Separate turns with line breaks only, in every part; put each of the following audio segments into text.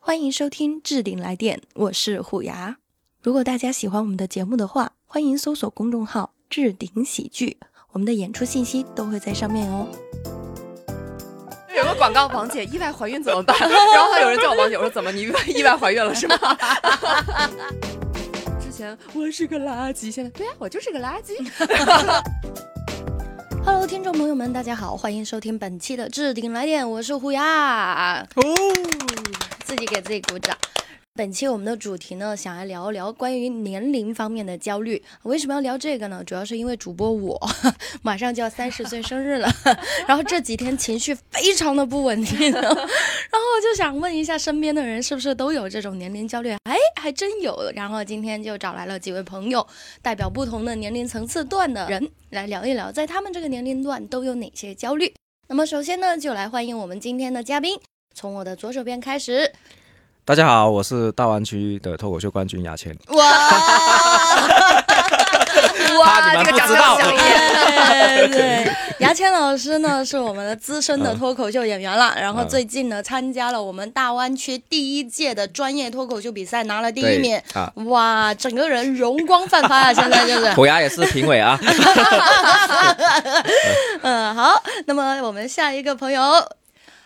欢迎收听《置顶来电》，我是虎牙。如果大家喜欢我们的节目的话，欢迎搜索公众号“置顶喜剧”，我们的演出信息都会在上面哦。
有个广告，王姐意外怀孕怎么办？ 然后有人叫我王姐，我说怎么你意外怀孕了是吗？ 之前我是个垃圾，现在对呀、啊我就是个垃圾。
Hello，听众朋友们，大家好，欢迎收听本期的《置顶来电》，我是虎牙，
哦
自己给自己鼓掌。本期我们的主题呢，想来聊一聊关于年龄方面的焦虑。为什么要聊这个呢？主要是因为主播我 马上就要三十岁生日了， 然后这几天情绪非常的不稳定， 然后我就想问一下身边的人是不是都有这种年龄焦虑？哎，还真有。然后今天就找来了几位朋友，代表不同的年龄层次段的人来聊一聊，在他们这个年龄段都有哪些焦虑。那么首先呢，就来欢迎我们今天的嘉宾，从我的左手边开始。
大家好，我是大湾区的脱口秀冠军牙签。
哇！
哇，这个掌声
怕你们不知道
响亮。
对对， 牙签老师呢是我们的资深的脱口秀演员了，然后最近呢参加了我们大湾区第一届的专业脱口秀比赛，拿了第一名
对啊，
哇，整个人容光焕发啊，现在就是，
虎牙也是评委啊，
嗯，好，那么我们下一个朋友，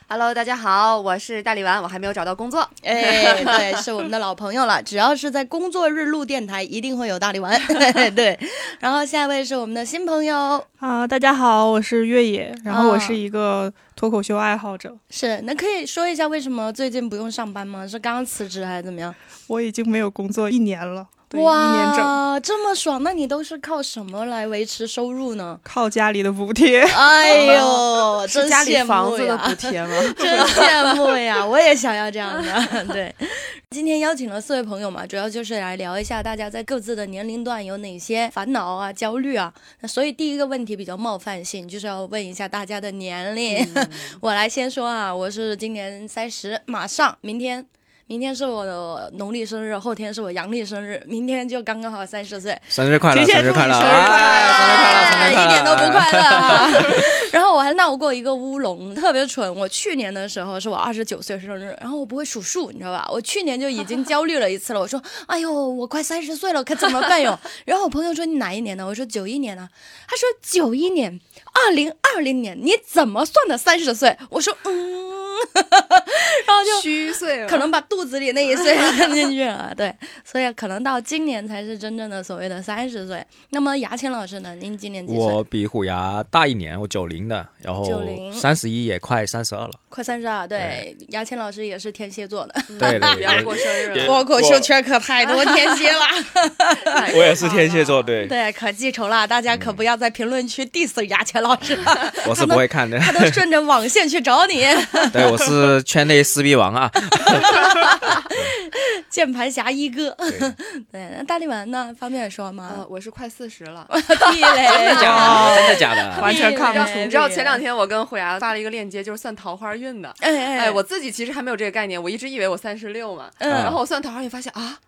Hello，大家好，我是大力丸，我还没有找到工作。
哎，对，是我们的老朋友了。只要是在工作日录电台，一定会有大力丸。 对，然后下一位是我们的新朋友，
啊，大家好，我是越野，然后
啊
我是一个脱口秀爱好者，
是那可以说一下为什么最近不用上班吗？是刚刚辞职还是怎么样？
我已经没有工作一年了，对，一年整，？
哇，这么爽！那你都是靠什么来维持收入呢
靠家里的补贴。
哎呦，
是
真
家里
羡
房
慕
子的
呀
补！贴吗？
真羡慕呀！我也想要这样的。对，今天邀请了四位朋友嘛，主要就是来聊一下大家在各自的年龄段有哪些烦恼啊、焦虑啊。那所以第一个问题比较冒犯性，就是要问一下大家的年龄。 我来先说啊，我是今年三十，马上明天。明天是我的农历生日，后天是我阳历生日，明天就刚刚好三十岁，
生日快乐，
提前
生日快乐，
祝你生日快乐
哎生日快乐，生日快乐，
一点都不快乐啊。 然后我还闹过一个乌龙，特别蠢。我去年的时候是我二十九岁生日，然后我不会数数，你知道吧？我去年就已经焦虑了一次了。我说：“哎呦，我快三十岁了，可怎么办哟？”然后我朋友说：“你哪一年呢？”我说：“九一年啊。”他说：“九一年，二零二零年，你怎么算的三十岁？”我说：“嗯。” 然后就
虚岁了
可能把肚子里那一岁 扔进去了，对，所以可能到今年才是真正的所谓的三十岁。那么牙签老师呢？您今年几岁？
我比虎牙大一年，我九零的，然后
90
三十一也快三十 二了。
快三十二，对，牙签老师也是天蝎座的，
对
嗯不要
对
过
对，
生日 了。
我
口秀圈可太多天蝎 了，
我也是天蝎座，对，
对，可记仇了，大家可不要在评论区 diss 牙签老师了，
我是不会看的，
他都顺着网线去找你，
对我是圈内撕逼王啊。
键盘侠一哥。
对
对，那大力丸呢？方便说吗
呃，？我是快四十了。
地 雷
真的假的？真的假的？
嗯
完全看不出
你知道前两天我跟虎牙发了一个链接，就是算桃花运的。
哎哎
哎，我自己其实还没有这个概念，我一直以为我三十六嘛，
嗯
然后我算桃花运发现啊。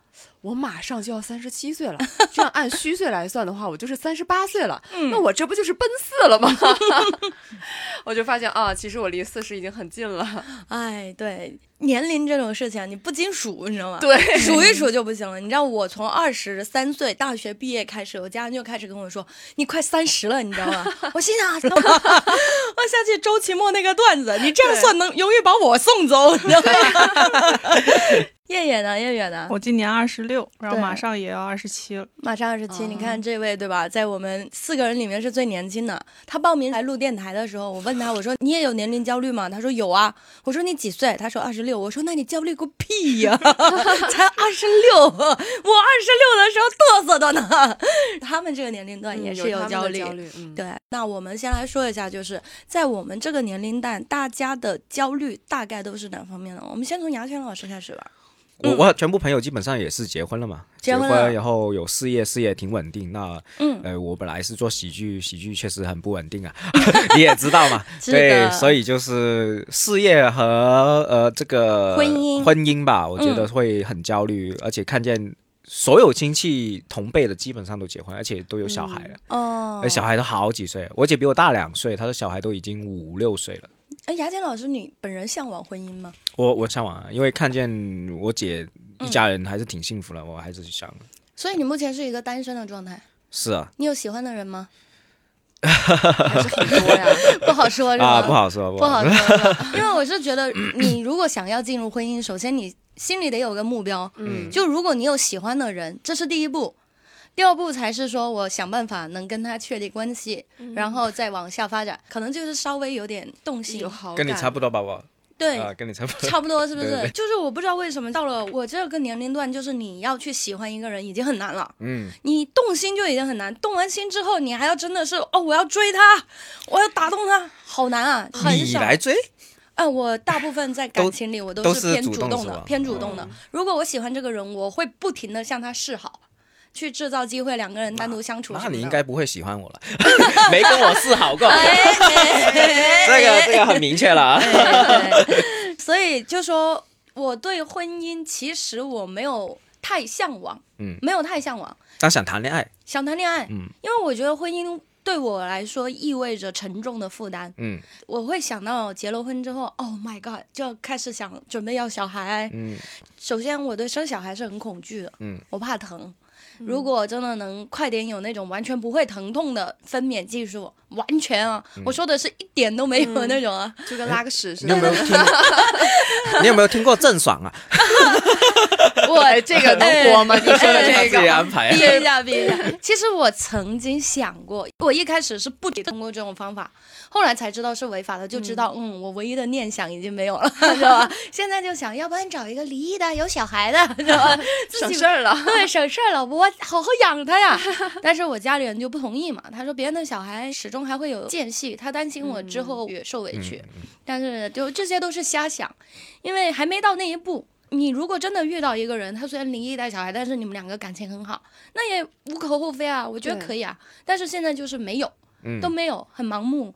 我马上就要三十七岁 了，这样按虚岁来算的话，我就是三十八岁了。那我这不就是奔四了吗？ 我就发现啊，其实我离四十已经很近 了。
哎，对，年龄这种事情你不经数，你知道吗？
对，
数一数就不行了。你知道我从二十三岁大学毕业开始，我家人就开始跟我说：“你快三十了，你知道吗？” 我心想啊，怎么了 我想起周奇墨那个段子，你这样算能永远把我送走，你知道吗？ 叶野呢？叶野呢？
我今年二十六，然后
对
马上也要二十七了。
马上二十七，
哦
你看这位对吧？在我们四个人里面是最年轻的。他报名来录电台的时候，我问他，我说你也有年龄焦虑吗？他说有啊。我说你几岁？他说二十六。我说那你焦虑个屁呀、 才二十六，我二十六的时候嘚瑟的呢。 他们这个年龄段也是
嗯他们的
焦虑。
焦虑，嗯，
对，那我们先来说一下，就是在我们这个年龄段，大家的焦虑大概都是哪方面呢？我们先从牙签老师开始吧。
我我全部朋友基本上也是结婚了嘛，
结
结
婚了
然后有事业，事业挺稳定。那
嗯
呃，我本来是做喜剧，喜剧确实很不稳定啊， 你也知道嘛。
是的
对，所以就是事业和呃这个
婚姻嗯
婚姻吧，我觉得会很焦虑，而且看见所有亲戚同辈的基本上都结婚，而且都有哎小孩了，
哦
而，小孩都好几岁，我姐比我大两岁，她的小孩都已经五六岁了。
哎，雅典老师，你本人向往婚姻吗？
我我向往啊，因为看见我姐一家
嗯
人还是挺幸福的，我还是想
所以你目前是一个单身的状态。
是啊
你有喜欢的人吗？
还是很 多呀。
不好说，是吧？
啊，不好说，
不好
说。
说是吧， 因为我是觉得你如果想要进入婚姻，首先你心里得有个目标，
嗯，
就如果你有喜欢的人，这是第一步。第二步才是说，我想办法能跟他确立关系，然后再往下发展，可能就是稍微有点动
有
心，
好
跟你
感
差不多吧，我
对，
啊，跟你差 不 多。
差不多是不是？
对对
就是我不知道为什么到了我这个年龄段，就是你要去喜欢一个人已经很难了，
嗯，
你动心就已经很难，动完心之后，你还要真的是哦，我要追他，我要打动他，好难啊，很
你
少。
来追，
嗯，我大部分在感情里，我
都
是
是
偏
主动
动
是
的
吧，哦
偏主动的。如果我喜欢这个人，我会不停的向他示好，去制造机会，两个人单独相处什么
那
的。
你应该不会喜欢我了， 没跟我示好
哎
过。 这个这个很明确了啊。
对， 所以就说我对婚姻其实我没有太向往，
嗯
没有太向往，
但想谈恋爱，
想谈恋爱，
嗯
因为我觉得婚姻对我来说意味着沉重的负担，
嗯
我会想到结了婚之后，Oh my God，就要开始想准备要小孩。
嗯
首先，我对生小孩是很恐惧的，
嗯，
我怕疼。如果真的能快点有那种完全不会疼痛的分娩技术，完全啊，我说的是一点都没有那种啊，
就跟拉个屎似
你有没
的。
有听？ 你有没有听过郑爽啊？
我
哎，这个能播吗？你说的
哎
这
自己
个，
安排啊
逼。一下，逼一下。其实我曾经想过，我一开始是不通过这种方法，后来才知道是违法的，就知道嗯我唯一的念想已经没有了，知道吧？现在就想要不然找一个离异的、有小孩的，知道吧？自
省
己
事儿了。
对，省事儿了，我好好养他 呀。但是我家里人就不同意嘛，他说别人的小孩始终还会有间隙，他担心我之
嗯
后也受委屈。但是就这些都是瞎想，因为还没到那一步。你如果真的遇到一个人，他虽然离异带小孩，但是你们两个感情很好，那也无可厚非啊，我觉得
对
可以啊。但是现在就是没有，
嗯
都没有，很盲目。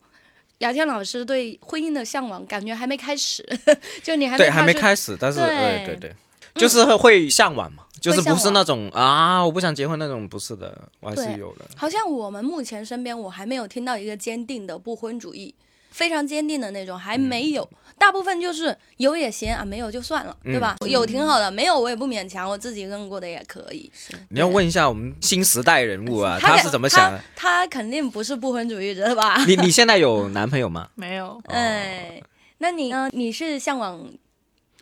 雅天老师对婚姻的向往感觉还没开始， 就你还没
对，还没
踏出
开始，但是
对
对对
嗯
对，就是会向往嘛，就是
会向
不
往
是那种啊，我不想结婚那种，不是的，我还
对
是有的。
好像我们目前身边，我还没有听到一个坚定的不婚主义，非常坚定的那种，还没有。
嗯
大部分就是有也行啊，没有就算了，对吧？有挺好的，没有我也不勉强，我自己认过的也可以。
你要问一下我们新时代人物啊，
他
是怎么想的？哦
他？他肯定不是不婚主义者吧？
你你现在有男朋友 吗？哦
没有
嗯
哎，那你呢？你是向往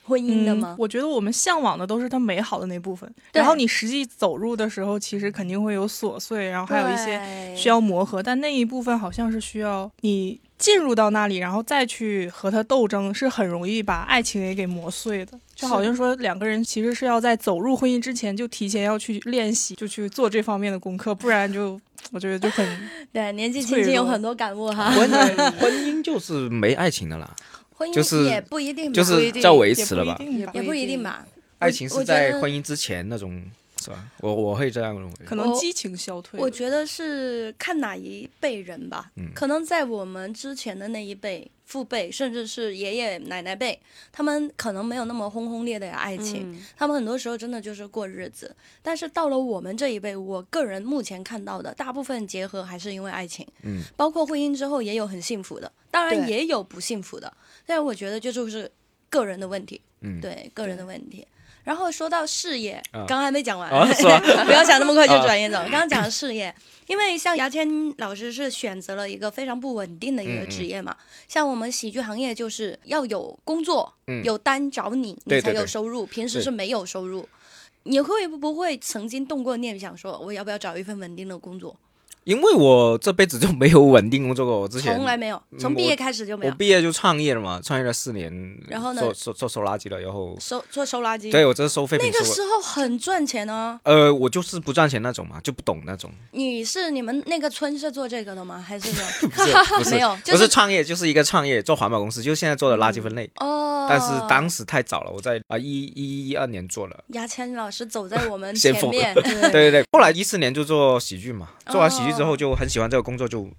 婚姻的吗？
嗯我觉得我们向往的都是它美好的那部分，
对
然后你实际走入的时候，其实肯定会有琐碎，然后还有一些
些
需要磨合，但那一部分好像是需要你进入到那里，然后再去和他斗争，是很容易把爱情也给磨碎的。就好像说两个人其实是要在走入婚姻之前就提前要去练习，就去做这方面的功课，不然就我觉得就很
对年纪轻
脆
轻有
弱嗯
很多感悟 哈，
婚婚姻就是没爱情的啦，
婚姻
就是
也不一定吧，
就是叫维持了吧
也不一。定吧
也不一定吧。
爱情是
我
在
觉得
婚姻之前那种，是吧？我我会这样认为。
可能激情消退了。
我觉得是看哪一辈人吧，
嗯
可能在我们之前的那一辈、父辈，甚至是爷爷奶奶辈，他们可能没有那么轰轰烈烈的爱情，
嗯
他们很多时候真的就是过日子。但是到了我们这一辈，我个人目前看到的大部分结合还是因为爱情，
嗯，
包括婚姻之后也有很幸福的，当然
对
也有不幸福的，但是我觉得这就是个人的问题，
嗯
对个人的问题。然后说到事业，
啊
刚刚还没讲完，
啊是吧
不要想那么快就
啊
转移走。刚刚讲的事业，因为像牙签老师是选择了一个非常不稳定的一个
嗯嗯
职业嘛，像我们喜剧行业就是要有工作，
嗯
有单找你，你
对
才
对
有
对
收入，平时
对
是没有收入。你会不会曾经动过念想说，我要不要找一份稳定的工作？
因为我这辈子就没有稳定工作过，我之前
从来没有，
嗯
从毕
我
业开始就没
我
有。
毕业就创业了嘛，创业了四年，
然后呢
做做做收垃圾了，然后
收做收垃圾，
对我这是收废品
那个
收
时
了。
候很赚钱啊呢、
呃，我就是不赚钱那种嘛，就不懂那种，
你是你们那个村是做这个的吗？ 还是什么
不是不是
啊没有就是
不是创业，就是一个创业做环保公司，就现在做的垃圾分类。
哦，
但是当时太早了，我在啊一一一二年做了，
牙签老师走在我们前
先锋
面，
对对对，后来一四年就做喜剧嘛，做完喜剧
哦
之后就很喜欢这个工作，就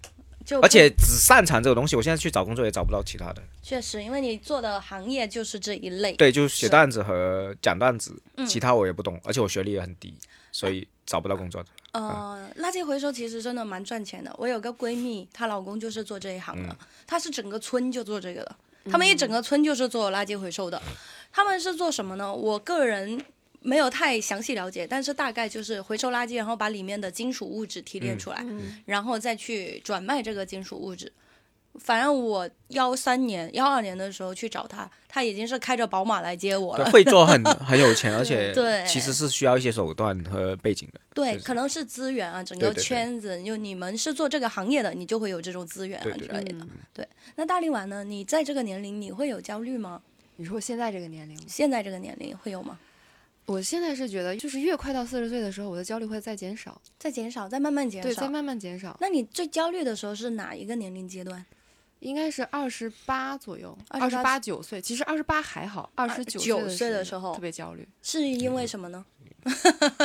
就嗯
而且只擅长这个东西，我现在去找工作也找不到其他的。
确实，因为你做的行业就是这一类。
对，就是写段子和讲段子，
嗯
其他我也不懂，而且我学历也很低，所以找不到工作的。
啊
呃，垃圾回收其实真的
嗯
蛮赚钱的。我有个闺蜜，她老公就是做这一行的，她是整个村就做这个的。他们一整个村就是做垃圾回收的。
嗯
他们是做什么呢？我个人没有太详细了解，但是大概就是回收垃圾，然后把里面的金属物质提炼出来，
嗯
然后再去转卖这个金属物质。反正我幺三年、幺二年的时候去找他，他已经是开着宝马来接我
对
了。
会 做很很有钱，而且
对
其实是需要一些手段和背景的。
对，
就是
可能是资源啊，整
对
个
对对
圈子，就你们是做这个行业的，你就会有这种资源啊
对
之
对
类的。
嗯
那大力丸呢？你在这个年龄，你会有焦虑吗？
你说我现在这个年龄吗，
现在这个年龄会有吗？
我现在是觉得，就是越快到四十岁的时候，我的焦虑会再减少，
在减少，在慢慢减
对，
少
再。慢慢减少，
那你最焦虑的时候是哪一个年龄阶段？
应该是二十八左右，二十
28
八九岁。其实二十八还好，二十
29
岁
岁的时
时
候
特别焦 虑，
是因为什么呢？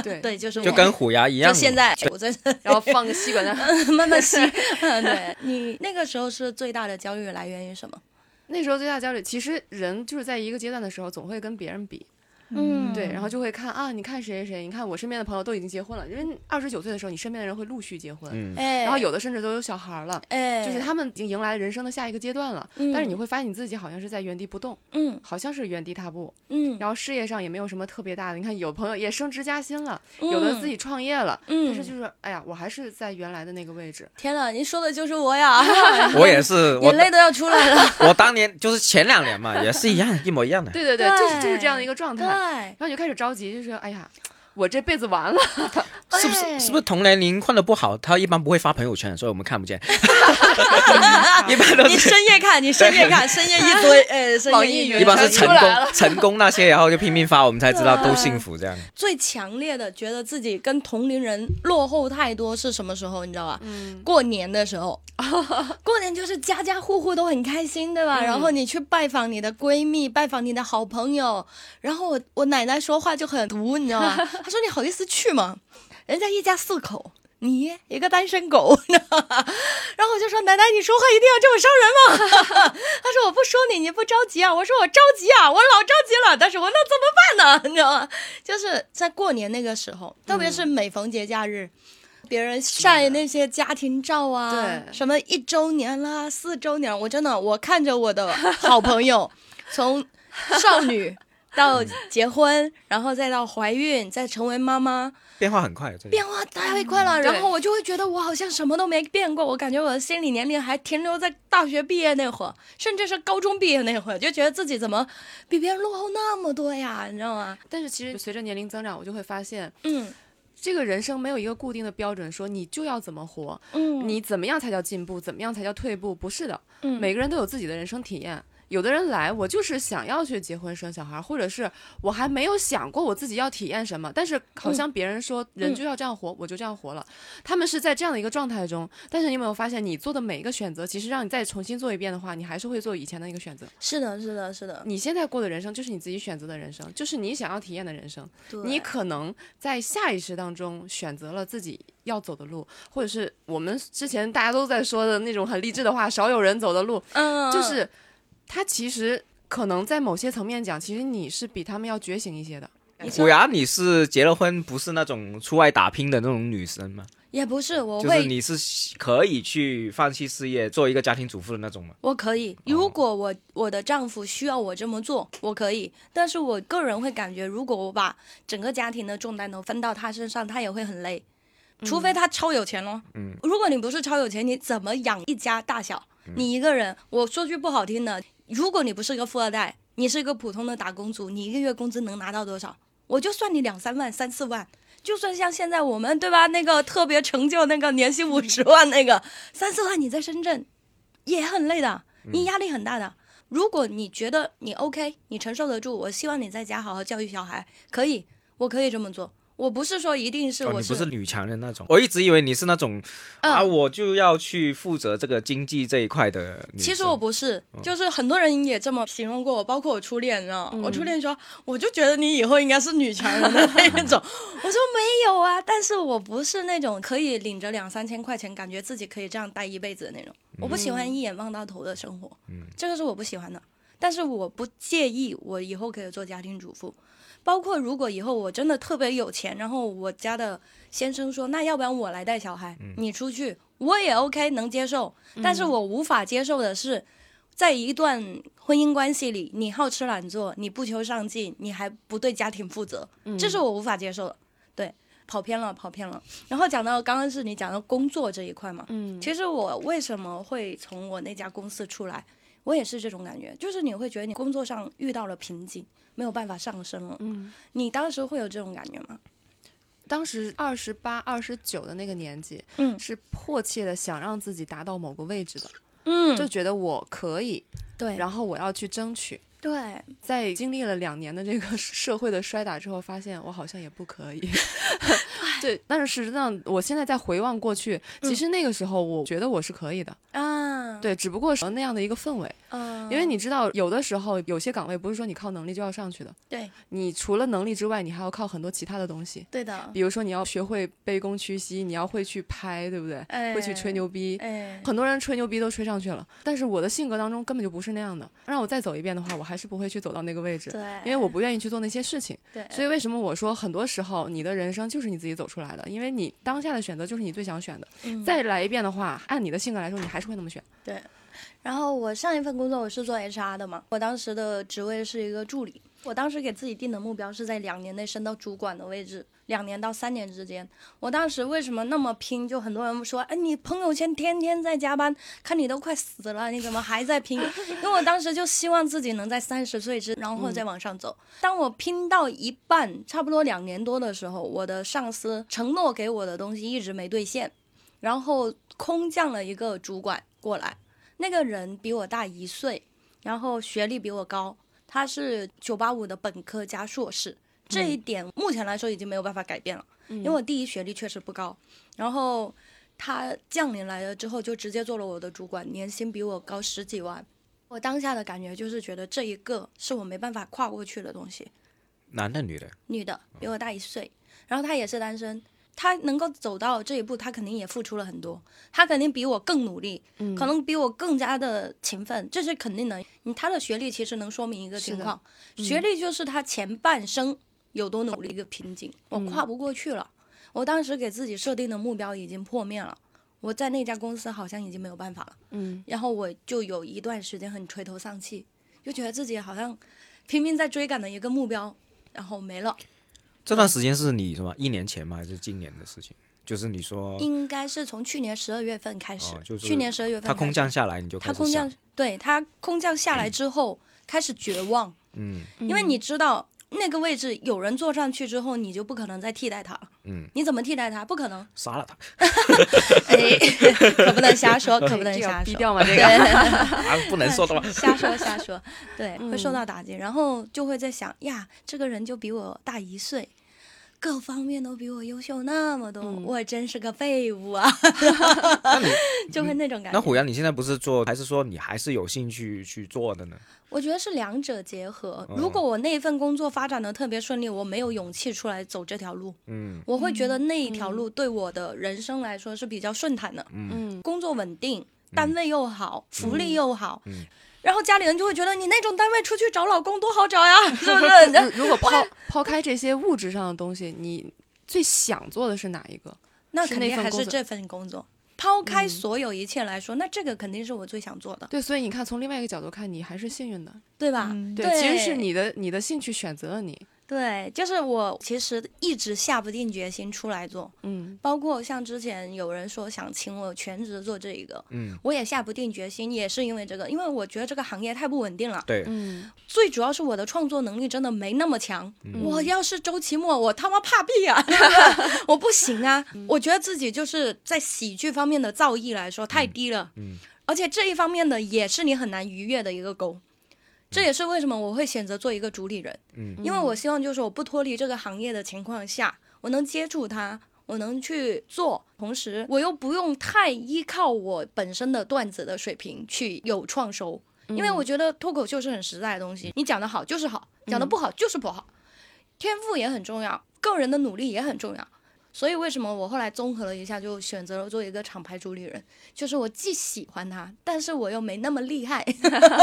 对，
对，就是
就
我
跟虎牙一样，
哎就现在，我在 这
然后放个吸管在
慢慢 吸。嗯对你那个时候是最大的焦虑来源于什么？
那时候最大焦虑，其实人就是在一个阶段的时候，总会跟别人比，
嗯
对，然后就会看啊，你看谁谁谁，你看我身边的朋友都已经结婚了，因为二十九岁的时候，你身边的人会陆续结婚，
嗯，
哎，
然后有的甚至都有小孩了，
哎，
就是他们已经迎来人生的下一个阶段了。
嗯，
但是你会发现你自己好像是在原地不动，
嗯
好像是原地踏步，
嗯，
然后事业上也没有什么特别大的。你看，有朋友也升职加薪了，有的自己创业了，
嗯，
但是
嗯，
就是哎呀，我还是在原来的那个位置。
天哪，你说的就是我呀，
我也是， 我
眼泪都要出来了。
我当年就是前两年嘛，也是一样，一模一样的。
对对对，嗯就是就是这样的一个状态，然
对，
后你就开始着急，就是哎呀，我这辈子完了。
是不是
对
是不是同年龄混的不好？他一般不会发朋友圈，所以我们看 不见。 一般都
你
是
深夜看，你深夜看，深夜一 堆，呃，深
网
夜
易
一
云
堆
一般是
全
成
出来
功成功那些，然后就拼命发，我们才知道
对
都幸福这样。
最强烈的觉得自己跟同龄人落后太多是什么时候？你知道吧？
嗯，
过年的时候，过年就是家家户户都很开心，对吧？
嗯
然后你去拜访你的闺蜜，拜访你的好朋友，然后我我奶奶说话就很毒，你知道 吗？她说：“你好意思去吗？人家一家四口。”你一个单身狗， 你知道吗然后我就说奶奶，你说话一定要这么伤人吗？ 他说我不说你，你不着急啊？我说我着急啊，我老着急了，但是我能怎么办呢？你知 道吗？就是在过年那个时候，特别是每逢节假日，别人晒那些家庭照啊，
对
什么一周年啦、四周年，我真的我看着我的好朋友从少女。到结婚，然后再到怀孕，再成为妈妈，
变化很快，啊这个
变化太快了。
嗯对
然后我就会觉得我好像什么都没变过，我感觉我的心理年龄还停留在大学毕业那会儿，甚至是高中毕业那会儿，就觉得自己怎么比别人落后那么多呀，你知道吗？
但是其实随着年龄增长，我就会发现，
嗯
这个人生没有一个固定的标准，说你就要怎么活，
嗯，
你怎么样才叫进步，怎么样才叫退步？不是的，
嗯
每个人都有自己的人生体验。有的人来，我就是想要去结婚生小孩，或者是我还没有想过我自己要体验什么，但是好像别人说人就要这样活，我就这样活了。他们是在这样的一个状态中，但是你有没有发现，你做的每一个选择，其实让你再重新做一遍的话，你还是会做以前的一个选择。
是的，是的，是的，
你现在过的人生就是你自己选择的人生，就是你想要体验的人生。
对
你可能在下意识当中选择了自己要走的路，或者是我们之前大家都在说的那种很励志的话，少有人走的路，
嗯
就是它其实可能在某些层面讲，其实你是比他们要觉醒一些的。
你说
虎牙，你是结了婚，不是那种出外打拼的那种女生吗？
也不是，我
就是
会
你是可以去放弃事业，做一个家庭主妇的那种吗？
我可以，
哦
如果我我的丈夫需要我这么做，我可以。但是我个人会感觉，如果我把整个家庭的重担都分到他身上，他也会很累。除非他超有钱咯，
嗯，
如果你不是超有钱，你怎么养一家大小？你一个人，我说句不好听的，如果你不是个富二代，你是一个普通的打工族，你一个月工资能拿到多少？我就算你两三万、三四万，就算像现在我们对吧，那个特别成就那个年薪五十万那
嗯
个三四万，你在深圳也很累的，你压力很大的。如果你觉得你 OK，你承受得住，我希望你在家好好教育小孩，可以，我可以这么做。我不是说一定是
哦，
我
你
是,、嗯
不是女强人那种，我一直以为你是那种、啊，我就要去负责这个经济这一块的女生。嗯
其实我不是，就是很多人也这么形容过我，包括我初恋，你知道吗？我初恋说，我就觉得你以后应该是女强人的那一 种。我说没有啊，但是我不是那种可以领着两三千块钱，感觉自己可以这样待一辈子的那种。
嗯
我不喜欢一眼望到头的生活，这个是我不喜欢的。但是我不介意，我以后可以做家庭主妇。包括如果以后我真的特别有钱，然后我家的先生说，那要不然我来
嗯
嗯
带小孩，你出去，我也 OK 能接受。但是我无法接受的是，在一段婚姻关系里，你好吃懒做，你不求上进，你还不对家庭负责，
嗯
这是我无法接受的。对，跑偏了，跑偏了。然后讲到刚刚是你讲到工作这一块嘛，
嗯，
其实我为什么会从我那家公司出来，我也是这种感觉，就是你会觉得你工作上遇到了瓶颈，没有办法上升了。
嗯，
你当时会有这种感觉吗？
当时二十八、二十九的那个年纪，
嗯
是迫切的想让自己达到某个位置的，
嗯
就觉得我可以，
对，
然后我要去争取。
对，
在经历了两年的这个社会的摔打之后，发现我好像也不可 以。对，但是实际上，我现在再回望过去，
嗯
其实那个时候我觉得我是可以的，
啊，，
对，只不过是那样的一个氛围。
嗯，
因为你知道，有的时候有些岗位不是说你靠能力就要上去的，
对，
你除了能力之外，你还要靠很多其他的东西，
对的，
比如说你要学会卑躬屈膝，你要会去拍，对不对？
哎，
会去吹，牛逼。
哎，
很多人吹牛逼都吹上去了，但是我的性格当中根本就不是那样的。让我再走一遍的话，我还是不会去走到那个位置，
对，
因为我不愿意去做那些事情。
对，
所以为什么我说很多时候你的人生就是你自己走出来的，因为你当下的选择就是你最想选的。
嗯
再来一遍的话，按你的性格来说，你还是会那么选。
然后我上一份工作我是做 HR 的嘛，我当时的职位是一个助理。我当时给自己定的目标是在两年内升到主管的位置，两年到三年之间。我当时为什么那么拼？就很多人说，哎，你朋友圈天天在加班，看你都快死了，你怎么还在拼？因为我当时就希望自己能在三十岁之，然后再往上走。当我拼到一半，差不多两年多的时候，我的上司承诺给我的东西一直没兑现，然后空降了一个主管过来。那个人比我大一岁，然后学历比我高，他是九八五的本科加硕士，这一点目前来说已经没有办法改变了，因为我第一学历确实不高，然后他降临来了之后就直接做了我的主管，年薪比我高十几万。我当下的感觉就是觉得这一个是我没办法跨过去的东西，
男的女的？
女的比我大一岁，然后她也是单身，她能够走到这一步，她肯定也付出了很多，她肯定比我更努力，
嗯
可能比我更加的勤奋，这是肯定的。你她的学历其实能说明一个
是的嗯
情况，学历就是她前半生有多努力一个瓶颈，我
嗯
跨不过去了。我当时给自己设定的目标已经破灭了。我在那家公司好像已经没有办法了，
嗯，
然后我就有一段时间很垂头丧气，就觉得自己好像拼命在追赶的一个目标，然后没了。
这段时间是你什么？一年前吗？还是今年的事情？就是你说
应该是从去年十二月份开始，
哦就是
去年十二月份
他空降下来，你就
开始，他
开
空
始想
降，，对他空降下来之后、开始绝望，
嗯
因为你知道那个位置有人坐上去之后，你就不可能再替代他了。
嗯，
你怎么替代他？不可 能，
杀了他，
哎，可不能瞎说，可不能
这
瞎说
要 低。调嘛，这个。
对，
啊，不能 说的吗？
瞎说瞎说，对，
嗯
会受到打击，然后就会在想呀，这个人就比我大一岁，各方面都比我优秀那么多，
嗯
我真是个废物啊， 就会那种感觉。
那虎牙，你现在不是做，还是说你还是有兴趣去做的呢？
我觉得是两者结合。
嗯
如果我那一份工作发展的特别顺利，我没有勇气出来走这条路，
嗯
我会觉得那一条路对我的人生来说是比较顺坦的，
嗯，
工作稳定，单位又好，福利又好，
嗯
然后家里人就会觉得你那种单位出去找老公多好 找呀，是不是？
如如果抛抛开这些物质上的东西，你最想做的是哪一个？
那
是
肯
那
定
份
还
工
是
作
这份工作。抛开所有一切来说，那这个肯定是我最想做的，
对，所以你看，从另外一个角度看，你还是幸运的。
啊对吧？
嗯
对，其实是你的你的兴趣选择了你。
对，就是我其实一直下不定决心出来做，
嗯
包括像之前有人说想请我全职做这一个，
嗯，
我也下不定决心，也是因为这个，因为我觉得这个行业太不稳定了。
对，
嗯，
最主要是我的创作能力真的没那么强，
嗯
我要是周奇墨，我他妈怕毙 啊！我不行啊！
嗯
我觉得自己就是在喜剧方面的造诣来说太低了，
嗯
而且这一方面的也是你很难逾越的一个沟。这也是为什么我会选择做一个主理人，
嗯
因为我希望就是我不脱离这个行业的情况下，我能接触它，我能去做，同时我又不用太依靠我本身的段子的水平去有创收，因为我觉得脱口秀是很实在的东西，你讲得好就是好，讲得不好就是不好，天赋也很重要，个人的努力也很重要。所以为什么我后来综合了一下，就选择了做一个厂牌主理人，就是我既喜欢他，但是我又没那么厉害，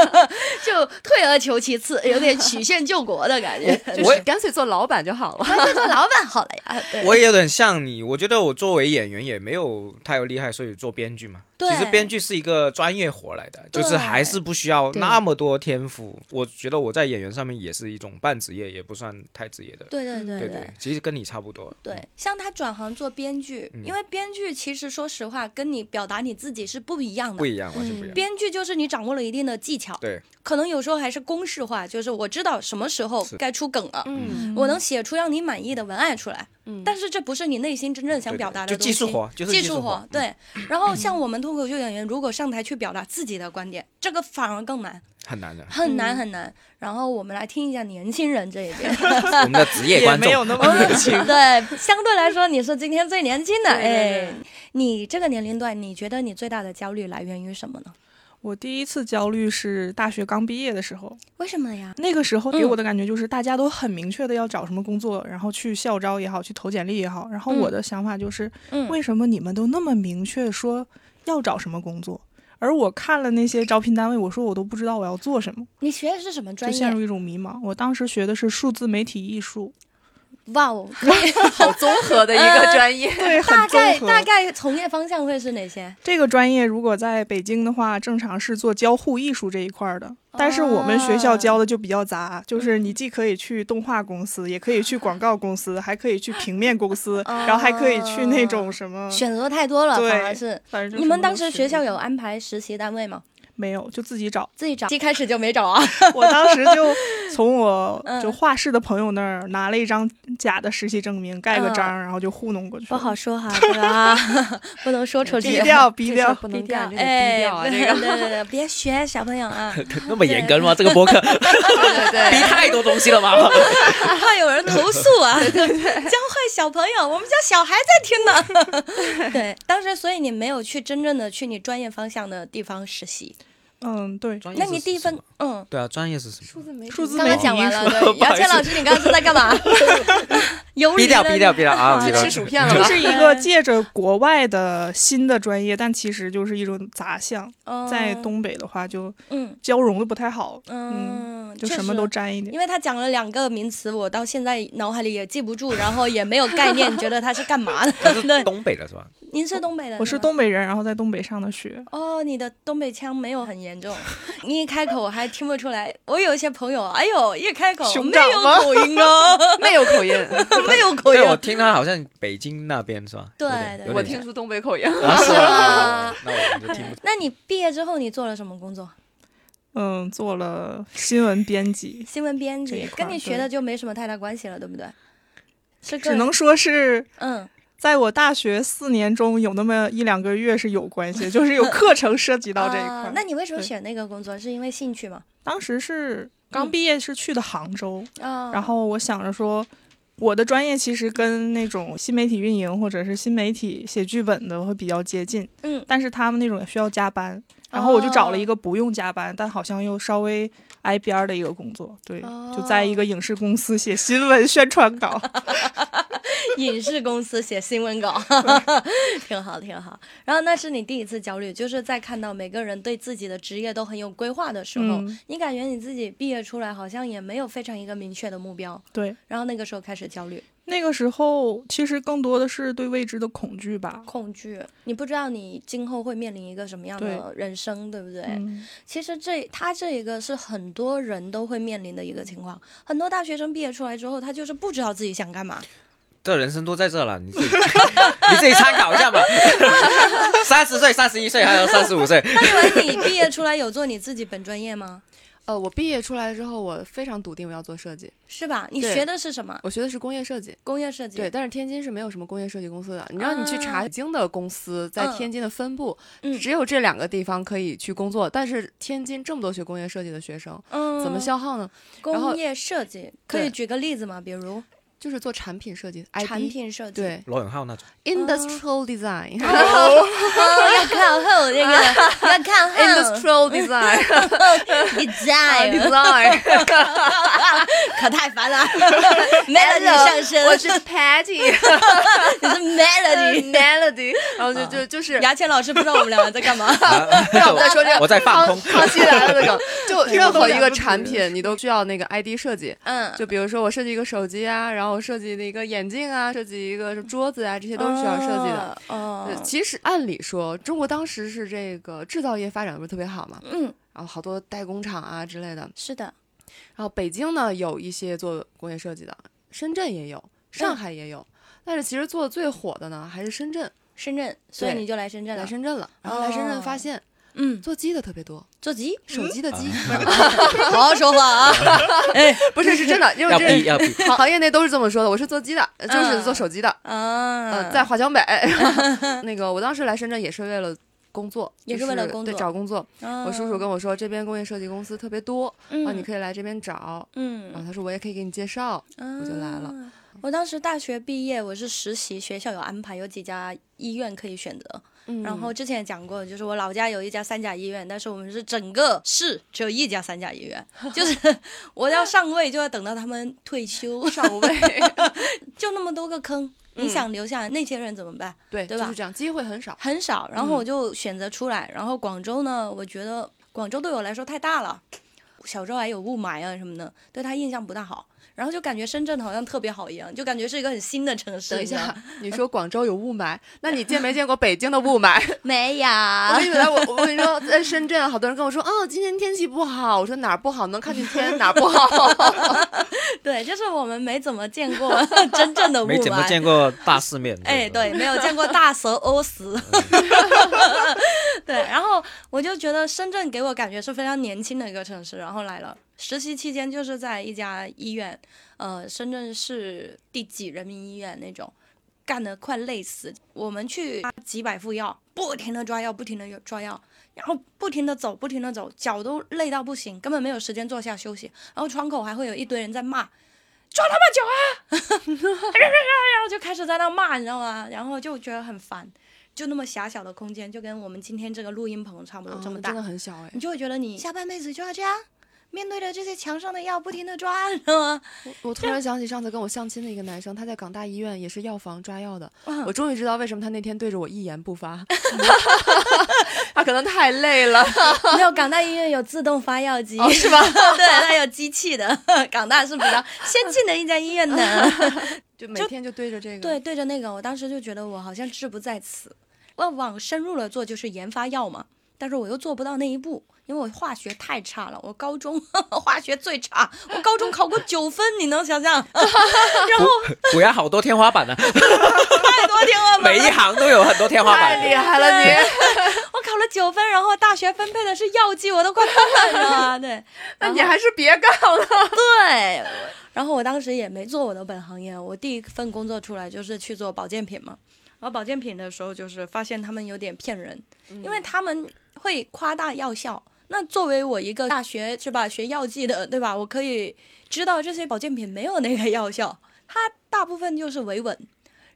就退而求其次，有点曲线救国的感觉。
就
我
是干脆做老板就好了。
干脆做老板好了呀。对，
我也有点像你，我觉得我作为演员也没有太有厉害，所以做编剧嘛，
对
其实编剧是一个专业活来的，就是还是不需要
对
那么多天赋。我觉得我在演员上面也是一种半职业，也不算太职业的。嗯
对对对
对对，其实跟你差不多。
对，像他转行做编剧，因
嗯
为编剧其实说实话跟你表达你自己是不一样
嗯不
的。
一样，完全不一样。
嗯编剧就是你掌握了一定的技巧，
对，
可能有时候还是公式化，就是我知道什么时候
是
该出梗了，
嗯
我能写出让你满意的文案出来。但是这不是你内心真正想
对对
表达的
就
东
技术
西
活就是
技
技术
术
活
活
嗯。
对，然后像我们脱口秀演员，如果上台去表达自己的观点，这个反而更难，。
嗯很难的
很难很难。然后我们来听一下年轻人这一边。
我们的职业
也
观众
没有那么年轻。
对，相对来说你是今天最年轻的，
对对
哎，你这个年龄段，你觉得你最大的焦虑来源于什么呢？
我第一次焦虑是大学刚毕业的时候，
为什么呀？
那个时候给
嗯
我的感觉就是大家都很明确的要找什么工作，然后去校招也好，去投简历也好。然后
嗯
我的想法就是，
嗯，
为什么你们都那么明确说要找什么工作？而我看了那些招聘单位，我说我都不知道我要做什么，
你学的是什么
就
专
陷
业？
入一种迷茫。我当时学的是数字媒体艺术，
哇哦，可以
好综合的一个专业。
对，很
大概
综合
大概从业方向会是哪些？
这个专业如果在北京的话，正常是做交互艺术这一块儿的，但是我们学
哦
校教的就比较杂，
嗯
就是你既可以去动画公司，也可以去广告公司，还可以去平面公司，
哦
然后还可以去那种什么，
选择太多了，
对
反而是。
反正就
你
什么
们
都
当时
学
学校有安排实习单位吗？
没有？就自己找。
自己找，一开始就没找啊。
我当时就 从我
嗯
就画室的朋友那儿拿了一张假的实习证明，盖个章，然后就糊弄过去
嗯
了。
不好说哈，这个啊，不能说出
低
去。
调低
这事儿
调，
不
低
能
调，
干，这得低
哎
调，啊！
对
这个，
对对对，别学小朋友啊！
那么严格吗？这 个播客
对对
逼
对，
太多东西了吧？
怕有人投诉啊，教坏小朋友，我们家小孩在听呢。 对，当时所以你没有去真正的去你专业方向的地方实习，
嗯，对，
专业
那
是
你第一份
什么
嗯，
对啊，专业是什么？
字媒
数字
刚
媒
刚
体
讲完
艺术
了，对，
不好
姚
意思
倩老师，你刚刚是在干嘛？游离
逼掉
了
逼掉逼掉啊！逼掉
吃薯 片了
就
吧？
是一
嗯
个借着国外的新的专业，但其实就是一种杂项。
嗯
在东北的话，就
嗯
交融的不太好，
嗯，
就
确
什么都
实。
沾一点。
因为他讲了两个名词，我到现在脑海里也记不住，然后也没有概念，觉得他是干嘛的。对，
东北的是吧？
您是东北的，
我是
吗
东北人，然后在东北上的学。
哦，你的东北腔没有很严重，你一开口我还听不出来。我有一些朋友，哎呦，一开口
熊
没
掌
有
吗
口音哦，
没有口音，
没有口音
对，。我听他好像北京那边是吧？
对
有点
对
有点
我听出东北口音。
啊是吗
啊？
那我们就听不
那你毕业之后你做了什么工作？
嗯，做了新闻 编辑，
新闻编
这一
辑，
块
跟
儿
你学的就没什么太大关系了，对不对？是个
只能说是
嗯，
在我大学四年中有那么一两个月是有关系，就是有课程涉及到这一
啊
块。
那你为什么
对
选那个工作？是因为兴趣吗？
当时是刚
嗯
毕业，是去的杭州，
啊，
然后我想着说，我的专业其实跟那种新媒体运营或者是新媒体写剧本的会比较接近，
嗯，
但是他们那种也需要加班，然后我就找了一个不用加班，但好像又稍微挨边儿的一个工作，对，就在一个影视公司写新闻宣传稿。
影视公司写新闻稿，挺好挺好。然后那是你第一次焦虑，就是在看到每个人对自己的职业都很有规划的时候，
嗯
你感觉你自己毕业出来好像也没有非常一个明确的目标，
对，
然后那个时候开始焦虑、
那个时候其实更多的是对未知的恐惧吧。
恐惧，你不知道你今后会面临一个什么样的人生，对不对？
嗯，
其实这他这一个是很多人都会面临的一个情况，很多大学生毕业出来之后，他就是不知道自己想干嘛。
这人生都在这了，你自己你自己参考一下吧。 三十岁、三十一岁，还有三十五岁，
那你们你毕业出来有做你自己本专业吗？
呃，我毕业出来之后，我非常笃定我要做设计，
是吧？你
对
学的是什么？
我学的是工业设计。
工业设计。
对，但是天津是没有什么工业设计公司的。你让你去查
啊
北京的公司在
嗯
天津的分部，
嗯
只有这两个地方可以去工作。但是天津这么多学工业设计的学生，
嗯，
怎么消耗呢？然后
工业设计？可以
对
举个例子吗？比如
就是做产品设计，
产
IB
品设计，嗯
对
罗永浩那种，
industrial design。
哦，要靠后这个，要靠
Industrial design
后，你在
design，
可太烦 了，melody 上身，
我是 Patty
你是 melody。
Melody，然后
啊
就就就是
牙签老师不知道我们两个在干 嘛，
让我们再说这个
我在放空
康康熙来了的 梗， 就任何一个产品你都需要那个 ID 设计。
嗯，
就比如说我设计一个手机啊，然后我设计的一个眼镜啊，设计一个桌子啊，这些都是需要设计的。
啊。哦
呃其实按理说，中国当时是这个制造业发展不是特别好嘛，
嗯，
然后好多代工厂啊之类的。
是的，
然后北京呢有一些做工业设计的，深圳也有，上海也有。但是其实做的最火的呢还是深圳，
嗯深圳，所以
对
你就来深圳
来
了。
深圳了。然后来深圳发
哦
现
嗯，
做鸡的特别多，
做 鸡，
手机的鸡、
啊好好说话啊。
不是是真的，因为
要哎
这
逼要逼，
行行业内都是这么说的。我是做鸡的，呃就是做手机的。
啊，
呃，在华 强北，那个我当时来深圳也是为了工作，
也
就是
为了工
对
作
找工作。
啊
我叔叔跟我说，这边工业设计公司特别多，啊，
嗯
你可以来这边找。然后
嗯，
他说我也可以给你介绍，
我
就来了。
啊我当时大学毕业，我是实习，学校有安排，有几家医院可以选择。嗯
嗯
然后之前也讲过，就是我老家有一家三甲医院，但是我们是整个市只有一家三甲医 院，就是我要上位就要等到他们退休，
上 位，
就那么多个坑，你
嗯
想留下那些人怎么办？
对，
对
就
吧
是这样，机会很少。
很少，然
嗯
后我就选择出来。然后广州呢，我觉得广州对我来说太大了，小时候还有雾霾啊什么的，对他印象不大好。然后就感觉深圳好像特别好一样，就感觉是一个很新的城市。
等一
你知道
下
吗，
你说广州有雾霾，那 你见没见过北京的雾霾？
没有，
我以为我我跟你说，在深圳好多人跟我说，哦，今天天气不好。我说哪儿不好？能看见天哪儿不好？
对，就是我们没怎么见过 真正的雾
没怎么
霾。
见过大世面。
哎，对，没有见过大蛇屙死。 对，然后我就觉得深圳给我感觉是非常年轻的一个城市，然后来了。实习期间就是在一家医院，呃，深圳市第几人民医院那种，干得快累死。我们去抓几百副药，不停的抓药，不停的抓药，然后不停的走，不停的走，脚都累到不行，根本没有时间坐下休息。然后窗口还会有一堆人在骂。抓他们脚啊！ 然后就开始在那骂，你知道吗？然后就觉得很烦，就那么狭小的空间，就跟我们今天这个录音棚差不 多这么大。
真的很小哎
你。就会觉得嗯你下半辈子就要这样面对着这些墙上的药不停的抓，知道吗？
我突然想起上次跟我相亲的一个男生，他在港大医院也是药房抓药的。
嗯
我终于知道为什么他那天对着我一言不 发，他可能太累了。
没有，港大医院有自动发药机，
哦是吧
对，它有机器的。 港大是比较先进的一家医院 呢。
就每天就对着这个，
对，对着那个，我当时就觉得我好像志不在此。我往深入了做，就是研发药嘛，但是我又做不到那一步，因为我化学太差了。我高中 化学最差，我高中考过九分，你能想象？ 然后
古牙好多天花板呢，啊
太多天花板了，
每一行都有很多天花板。
太厉害了你！
我考了九分，然后大学分配的是药剂，我都快疯了，你知道吗？ 对，
那你还是别干了。
对，然后我当时也没做我的本行业，我第一份工作出来就是去做保健品嘛。然后保健品的时候，就是发现他们有点骗人，因为他们会夸大药效。那作为我一个大学是吧，学药剂的对吧，我可以知道这些保健品没有那个药效，它大部分就是维稳。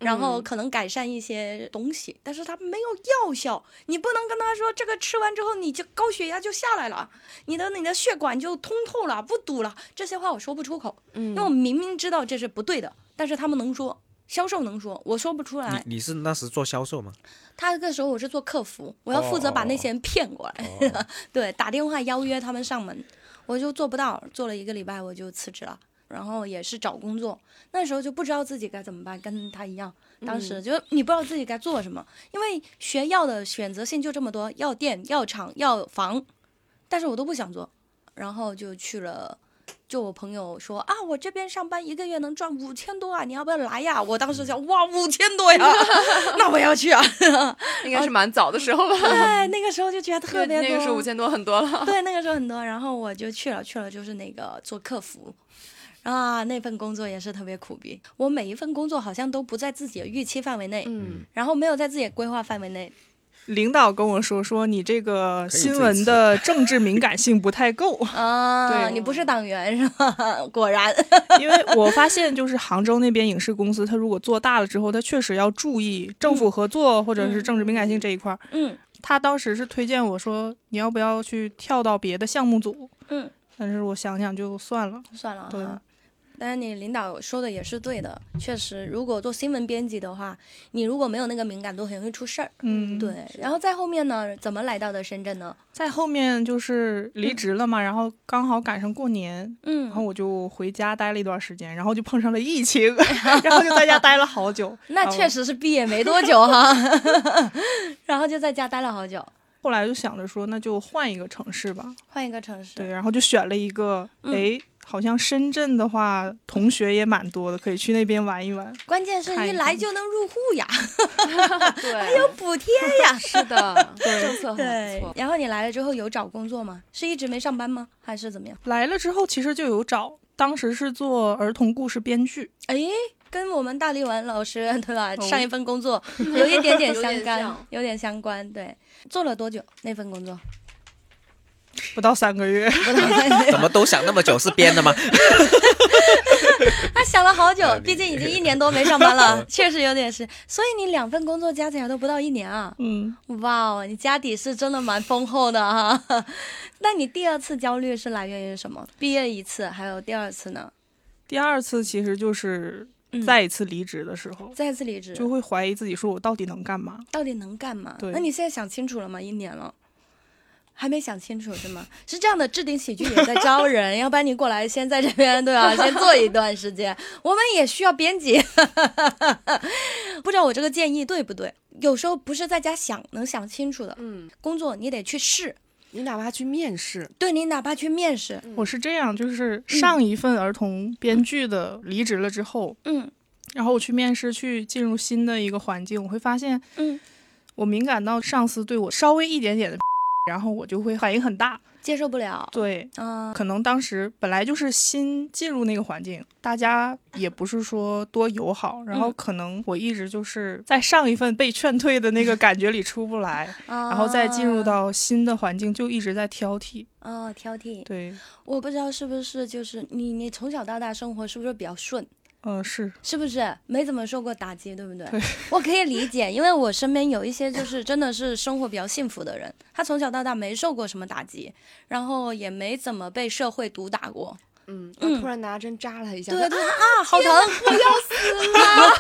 然后可能改善一些东西，但是它没有药效，你不能跟他说这个吃完之后你就高血压就下来了，你的你的血管就通透了，不堵了，这些话我说不出口，
嗯
因为我明明知道这是不对的，但是他们能说，销售能说，我说不出来。
你你是那时做销售吗？
他那个时候我是做客服，我要负责把那些人骗过来，
哦
对，打电话邀约他们上门，我就做不到，做了一个礼拜我就辞职了。然后也是找工作，那时候就不知道自己该怎么办，跟他一样，当
嗯
时就是你不知道自己该做什么，因为学药的选择性就这么多，药店、药厂、药房，但是我都不想做，然后就去了。就我朋友说啊，我这边上班一个月能赚五千多啊，你要不要来呀？我当时想，哇，五千多 呀，那我要去啊！
应该是蛮早的时候吧，
对，那个时候就觉得特别多。
那个时候五千多很多了。
对，那个时候很多，然后我就去了，去了就是那个做客服。啊，那份工作也是特别苦逼。我每一份工作好像都不在自己的预期范围内，
嗯，
然后没有在自己的规划范围内。
领导跟我说说你这个
可以这
新
一
闻
次
的政治敏感性不太够，
啊，
对
你不是党员是吧？果然，
因为我发现就是杭州那边影视公司，它如果做大了之后，它确实要注意政府合作或者是政治敏感性这一块儿。
嗯
他当时是推荐我说你要不要去跳到别的项目组，
嗯，
但是我想想就算了。
算了
对
哈。当然，你领导说的也是对的，确实，如果做新闻编辑的话，你如果没有那个敏感度，很容易出事儿。
嗯，
对。然后在后面呢，怎么来到的深圳呢？
在后面就是离职了嘛，然后刚好赶上过年，
嗯，
然后我就回家待了一段时间，然后就碰上了疫情， 然后就在家待了好久。
那确实是毕业没多久哈， 然后就在家待了好久。
后来就想着说，那就换一个城市吧，
换一个城市。
对，然后就选了一个，
嗯
哎，好像深圳的话，同学也蛮多的，可以去那边玩一玩。
关键是
看
一
一
来
看
就能入户呀，
对，啊
还有补贴呀。
是的，政策很
对
不错，。
然后你来了之后有找工作吗？是一直没上班吗？还是怎么样？
来了之后，其实就有找，当时是做儿童故事编剧，
哎，跟我们大力丸老师对吧？
哦
上一份工 作有一点点
有
相
点
干，有
像
点相关。对，做了多久那份工 作？
不到三个月，
不到三个月
怎么都想那么久是编的吗？
他想了好久
那，你
毕竟已经一年多没上班了，确实有点是。所以你两份工作加起来都不到一年啊！
嗯，
哇哦，你家底是真的蛮丰厚的哈、啊。 那你第二次焦虑是来源于什么？毕业一次，还有第二次呢？
第二次其实就是
嗯
再一次离职的时候，
再次离职，
就会怀疑自己，说我到底能干嘛？
到底能干嘛？
对
那你现在想清楚了吗？一年了。还没想清楚是吗？是这样的，置顶喜剧也在招人，要不然你过来先在这边对吧？先做一段时间，我们也需要编辑。 不知道我这个建议对不对？有时候不是在家想能想清楚的，
嗯，
工作你得去试。
你哪怕去面试，
对你哪怕去面试，
我是这样，就是上一份儿童编剧的离职了之后，
嗯
然后我去面试，去进入新的一个环境，我会发现
嗯，
我敏感到上司对我稍微一点点的， 然后我就会反应很大。
接受不了
对，
啊、
可能当时本来就是新进入那个环境，大家也不是说多友好，然后
嗯
可能我一直就是在上一份被劝退的那个感觉里出 不来，
啊
然后再进入到新的环境就一直在挑剔。
哦挑剔。
对，
我不知道是不是就是你你从小到大生活是不是比较顺？
嗯、是
是不是没怎么受过打击，对不对？我可以理解，因为我身边有一些就是真的是生活比较幸福的人，他从小到大没受过什么打击，然后也没怎么被社会毒打过。
嗯，
嗯
突然拿针扎了他一下，
对对啊，好疼， 我要死了！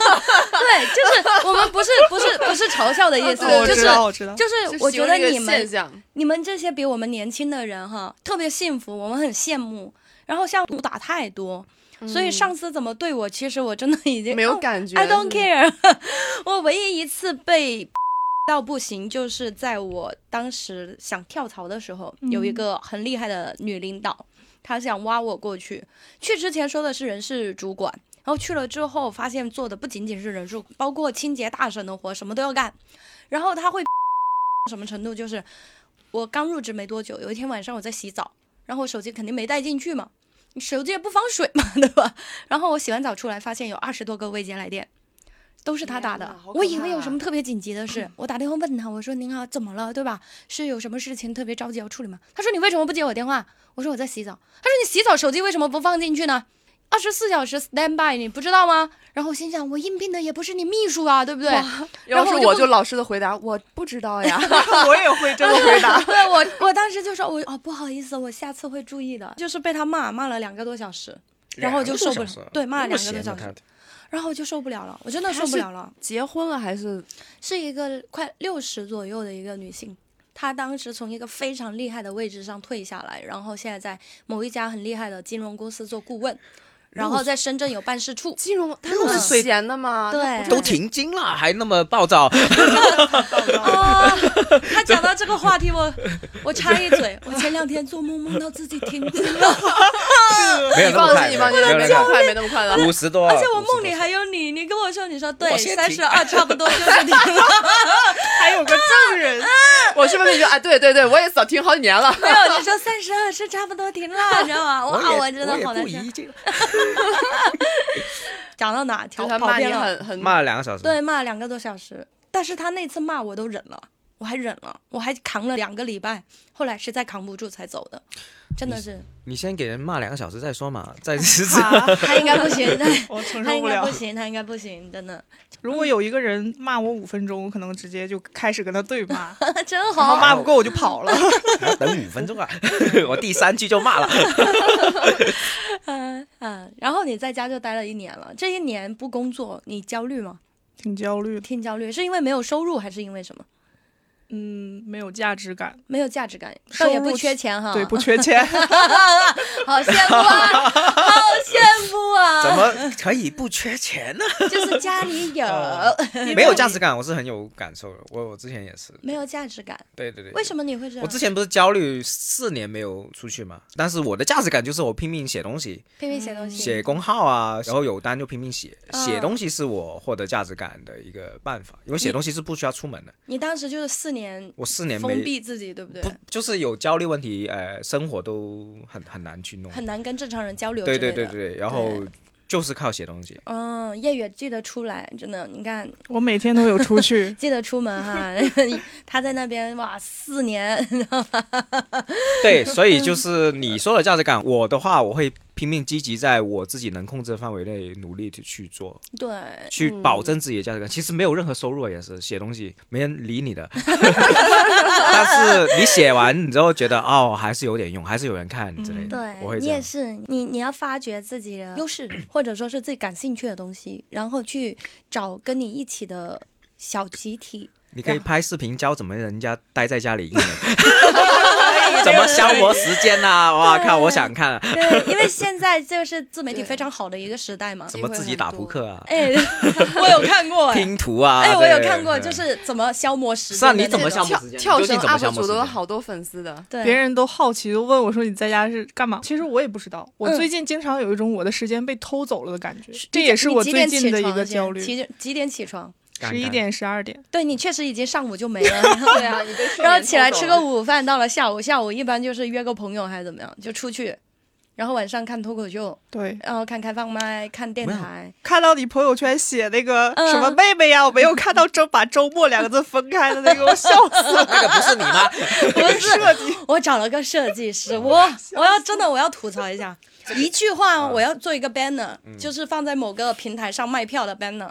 对，就是我们不是不是不是嘲笑的意思，
对
哦我
就是
知道，我知道，
就是
就
我
形
觉
容
得
这个
你
现
们
象，
你们这些比我们年轻的人哈特别幸福，我们很羡慕。然后像毒打太多，所以
嗯
上司怎么对我，其实我真的已经哦
没有感觉
I don't
是
care 。 我唯一一次被 到不行，就是在我当时想跳槽的时候，有一
嗯
个很厉害的女领导，她想挖我过去。去之前说的是人事主管，然后去了之后发现做的不仅仅是人事，包括清洁大神的活什么都要干。然后她会 到什么程度？就是我刚入职没多久，有一天晚上我在洗澡，然后我手机肯定没带进去嘛。你手机也不防水嘛，对吧？然后我洗完澡出来，发现有二十多个未接来电，都是他打的
天哪。好可
我以为
怕嗯
有
啊
什么特别紧急的事，我打电话问他，我说您好，怎么了，对吧？是有什么事情特别着急要处理吗？他说你为什么不接我电话？我说我在洗澡。他说你洗澡手机为什么不放进去呢？二十四小时 stand by，你不知道吗？然后我心想，我应聘的也不是你秘书啊，对不对？然
要
后
是
我就
我
不
就老实的回答，我不知道 呀。
我也会这么回 答。
对我， 我当时就说，我哦不好意思，我下次会注意的。就是被他骂，骂了两个多小时，然后我就受不了
两个多小时，啊
对，骂了
那么
两个多
闲
小
的
时
他，
然后我就受不了了，我真的
他
受不
是
了了。
结婚了还是
是一个快六十左右的一个女性，她当时从一个非常厉害的位置上退下来，然后现在在某一家很厉害的金融公司做顾问，然后在深圳有办事处。啊
金融？他
六
那
十
么
岁
闲的吗？
对，
都停经了，还那么暴 躁，
啊！他讲到这个话题，我我插一嘴，我前两天做梦梦到自己停经了，
没有
你
那么
放
快，
心，你放心，
没有
没那么
那么
快，没那么快的
快，。五十多了，
而且我
50
梦里
多
还有你，你跟我说，你说对，
我先
三十
停
二差不多就是 停了。
还有个证人，
我是不是你说啊？对对对，我也早听好几年了。
没有，你说三十二是差不多 停了，知道吗？哇，
也
啊我真的好
也
难受。
不一定
讲到哪条
就他
跑
骂
偏
你
了？
很很
骂了两个小时，
对，骂了两个多小时。但是他那次骂我都忍了，我还忍了，我还扛了两个礼拜，后来实在扛不住才走的，真的是
你先给人骂两个小时再说嘛， 再试试。
他应该不 行，他
我承
他
受
应
不
该
了
不。行，他应该不行，真的，
如果有一个人骂我五分钟，我可能直接就开始跟他对 骂，
真
然后
好。
骂不 过我就跑 了。
啊
还要等五分钟啊！我第三句就骂了，
嗯嗯，然后你在家就待了一年了，这一年不工作，你焦虑吗？
挺焦虑的，
挺焦虑，是因为没有收入，还是因为什么？
嗯，没有价值感，
没有价值感，
收
倒也
入
不缺钱哈。
对， 不缺钱，
好羡慕啊，好羡慕啊！
怎么可以不缺钱呢？
就是家里 有嗯
没有价值感，我是很有感受的。我我之前也是，
没有价值感？
对对对。
为什么你啊会这样？
我之前不是焦虑四年没有出去嘛？但是我的价值感就是我拼命写东西，
拼命写东西，
写公号啊，然后有单就拼命写。
嗯
写东西是我获得价值感的一个办法，因为写东西是不需要出门的。
你当时就是四年
我四年
封
没
闭自己，对不对
不？就是有焦虑问题，呃，生活都很很难去弄。
很难跟正常人交流之
对
类的。
对对对，然后就是靠写东西。
嗯，夜雨记得出来，真的，你看，
我每天都有出去
记得出门哈。 他在那边哇，四年，
对，所以就是你说的价值感，我的话我会拼命积极，在我自己能控制的范围内努力去去做，
对，
去保证自己的价值感。其实没有任何收入也是写东西，没人理你的， 但是你写完你之后觉得哦，还是有点用，还是有人看之类的。我
嗯对
会
你
这
也
样。
是，你你要发掘自己的优 势，或者说是自己感兴趣的东西，然后去找跟你一起的小集 体，
你可以
然后
拍视频教怎么人家待在家里一 年，哎怎么消磨时间呐、哇靠，我想看、啊、
对，因为现在就是自媒体
对
非常好的一个时代嘛。
怎么自己打扑克啊、
哎，我有看过，哎，
拼图啊。
哎我有
对
看过，
对
就是怎么消磨时
是啊
间的那种。
你怎么消
跳
磨时间
跳
究
绳
竟怎么消
UP
磨
主
时
都有
间
好多粉丝的，
对，
别人都好奇，都问我说你在家是干嘛？其实我也不知道，我
嗯
最近经常有一种我的时间被偷走了的感觉，这
你
也
几
是
你
我
几
最
点
近
起
的一
床
个
先
焦虑。
几点几点起床？
尴尬
十一点、十二点，
对你确实已经上午就没 了，
对啊，你被睡
然后
眠
起来
偷
吃
走了
个午饭，到了下午，下午一般就是约个朋友还是怎么样，就出去，然后晚上看脱口秀，
对，
然后看开放麦，看电台，
看到你朋友圈写那个
嗯
什么妹妹呀，我没有看到周把周末两个字分开的那个，我笑死 了。
那个不是你吗？
不
设
是，
计
我找了个设计师，我我要真的我要吐槽一 下，一句话，我要做一个 banner，就是放在某个平台上卖票的 banner，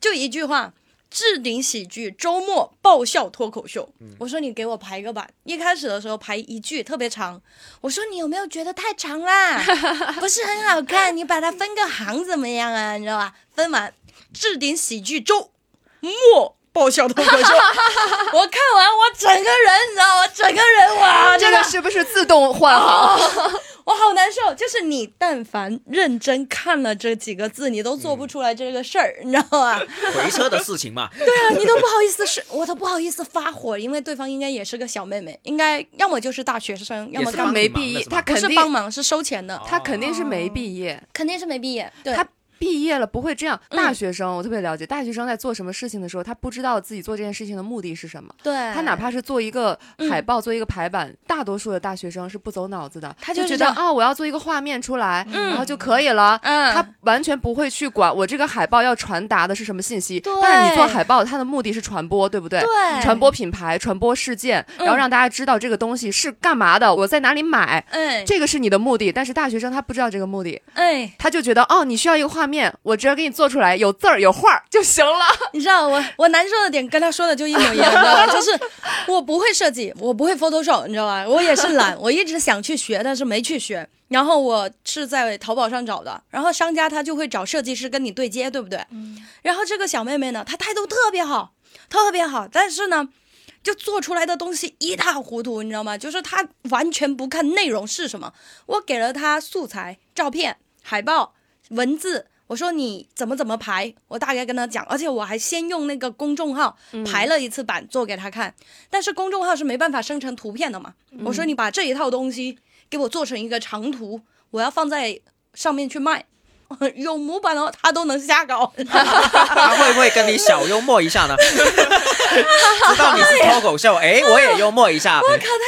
就一句话。置顶喜剧周末爆笑脱口秀，我说你给我排个版。一开始的时候排一句特别长，我说你有没有觉得太长啦？不是很好看，你把它分个行怎么样啊？你知道吧？分完置顶喜剧周末爆笑脱 口秀，我看完我整个人，你知道，我整个人哇，
这
真的
个是不是自动换行？
我好难受。就是你但凡认真看了这几个字，你都做不出来这个事儿，你知道 吧？
回车的事 情嘛，
对啊，你都不好意思是，我都不好意思发火，因为对方应该也是个小妹妹，应该要么就是大学生，要么
也
干
是
他
嘛
帮你
没
忙
毕
的
业，
是
他
吧
不
肯
是
定
帮忙是收钱的，
他肯定是没毕业，
哦肯定是没毕业。对，
他毕业了不会这样。
嗯
大学生我特别了解，大学生在做什么事情的时候，他不知道自己做这件事情的目的是什么。
对
他哪怕是做一个
哎嗯
海报，做一个排版，大多数的大学生是不走脑子的，
他
就
就是
觉
这
得
样
啊，我要做一个画面出来，然后就可以了。
嗯
他完全不会去管我这个海报要传达的是什么信息
对。
但是你做海报，它的目的是传播，对不对？
对嗯
传播品牌，传播事件，然后让大家知道这个东西是干嘛的，我在哪里买，
哎
这个是你的目的。但是大学生他不知道这个目的，
哎，
他就觉得哦，你需要一个画面，我直接给你做出来，有字儿有画儿就行了。
你知道我我难受的点跟他说的就一模一样，你知道吗？就是我不会设计，我不会 Photoshop，你知道吧？我也是懒，我一直想去学，但是没去学。然后我是在淘宝上找的，然后商家他就会找设计师跟你对接，对不对？然后这个小妹妹呢，她态度特别好，特别好，但是呢。就做出来的东西一塌糊涂，你知道吗？就是她完全不看内容是什么。我给了她素材、照片、海报、文字，我说你怎么怎么排，我大概跟他讲，而且我还先用那个公众号排了一次版做给他看，但是公众号是没办法生成图片的嘛，我说你把这一套东西给我做成一个长图，我要放在上面去卖。 有模板哦，他都能瞎搞，
他会不会跟你小幽默一下呢？ 知道你是脱口秀，哎，我也幽默一下。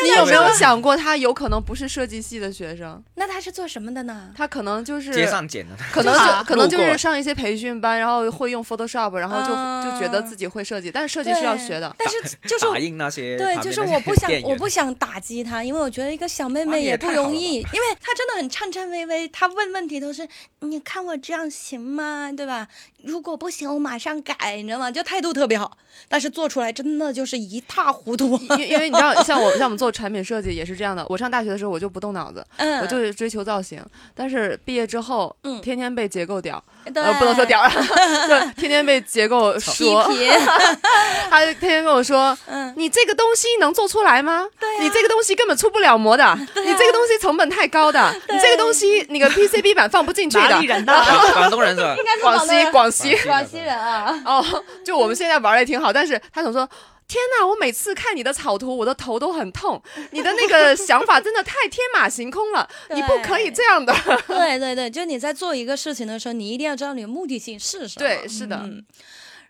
你有没有想过，他有可能不是设计系的学生，
那他是做什么的呢？
他可能就是
街上捡的，
可能
就是啊
就可能就
路过
是上一些培训班，然后会用 Photoshop，然后就、
啊
就觉得自己会设计，但是设计
对
是要学的。
但是就是
打印那些
对，
旁边
就是
那些
我 不想
店，员
我不想打击她，因为我觉得一个小妹
哇
妹
你也
不
太好
容
了
易，因为她真的很颤颤巍巍，她问问题都是你看我这样行吗？对吧？如果不行，我马上改，你知道吗？就态度特别好，但是做出来，真的就是一塌糊涂。
因因为你知道，像我像我们做产品设计也是这样的。我上大学的时候我就不动脑子，
嗯，
我就追求造型，但是毕业之后，
嗯
天天被结构屌，
对
呃，不能说屌 啊，就天天被结构
批
说，
评，
他就天天跟我说。
嗯，啊
你这个东西能做出来吗？你这个东西根本出不了模的，你这个东西成本太高的，你这个东西那个 PCB 板放不进去的。
人呐？
啊广广东人是吧？
广西，广 西
广西人啊，
哦，就我们现在玩的也挺好，但是他总说。天呐，我每次看你的草图，我的头都很痛。你的那 个想法真的太天马行空了， 你不可以这 样的。
对对对，就你在做一个事情的时候，你一定要知道你的目的性是什么。
对，，是的，
嗯，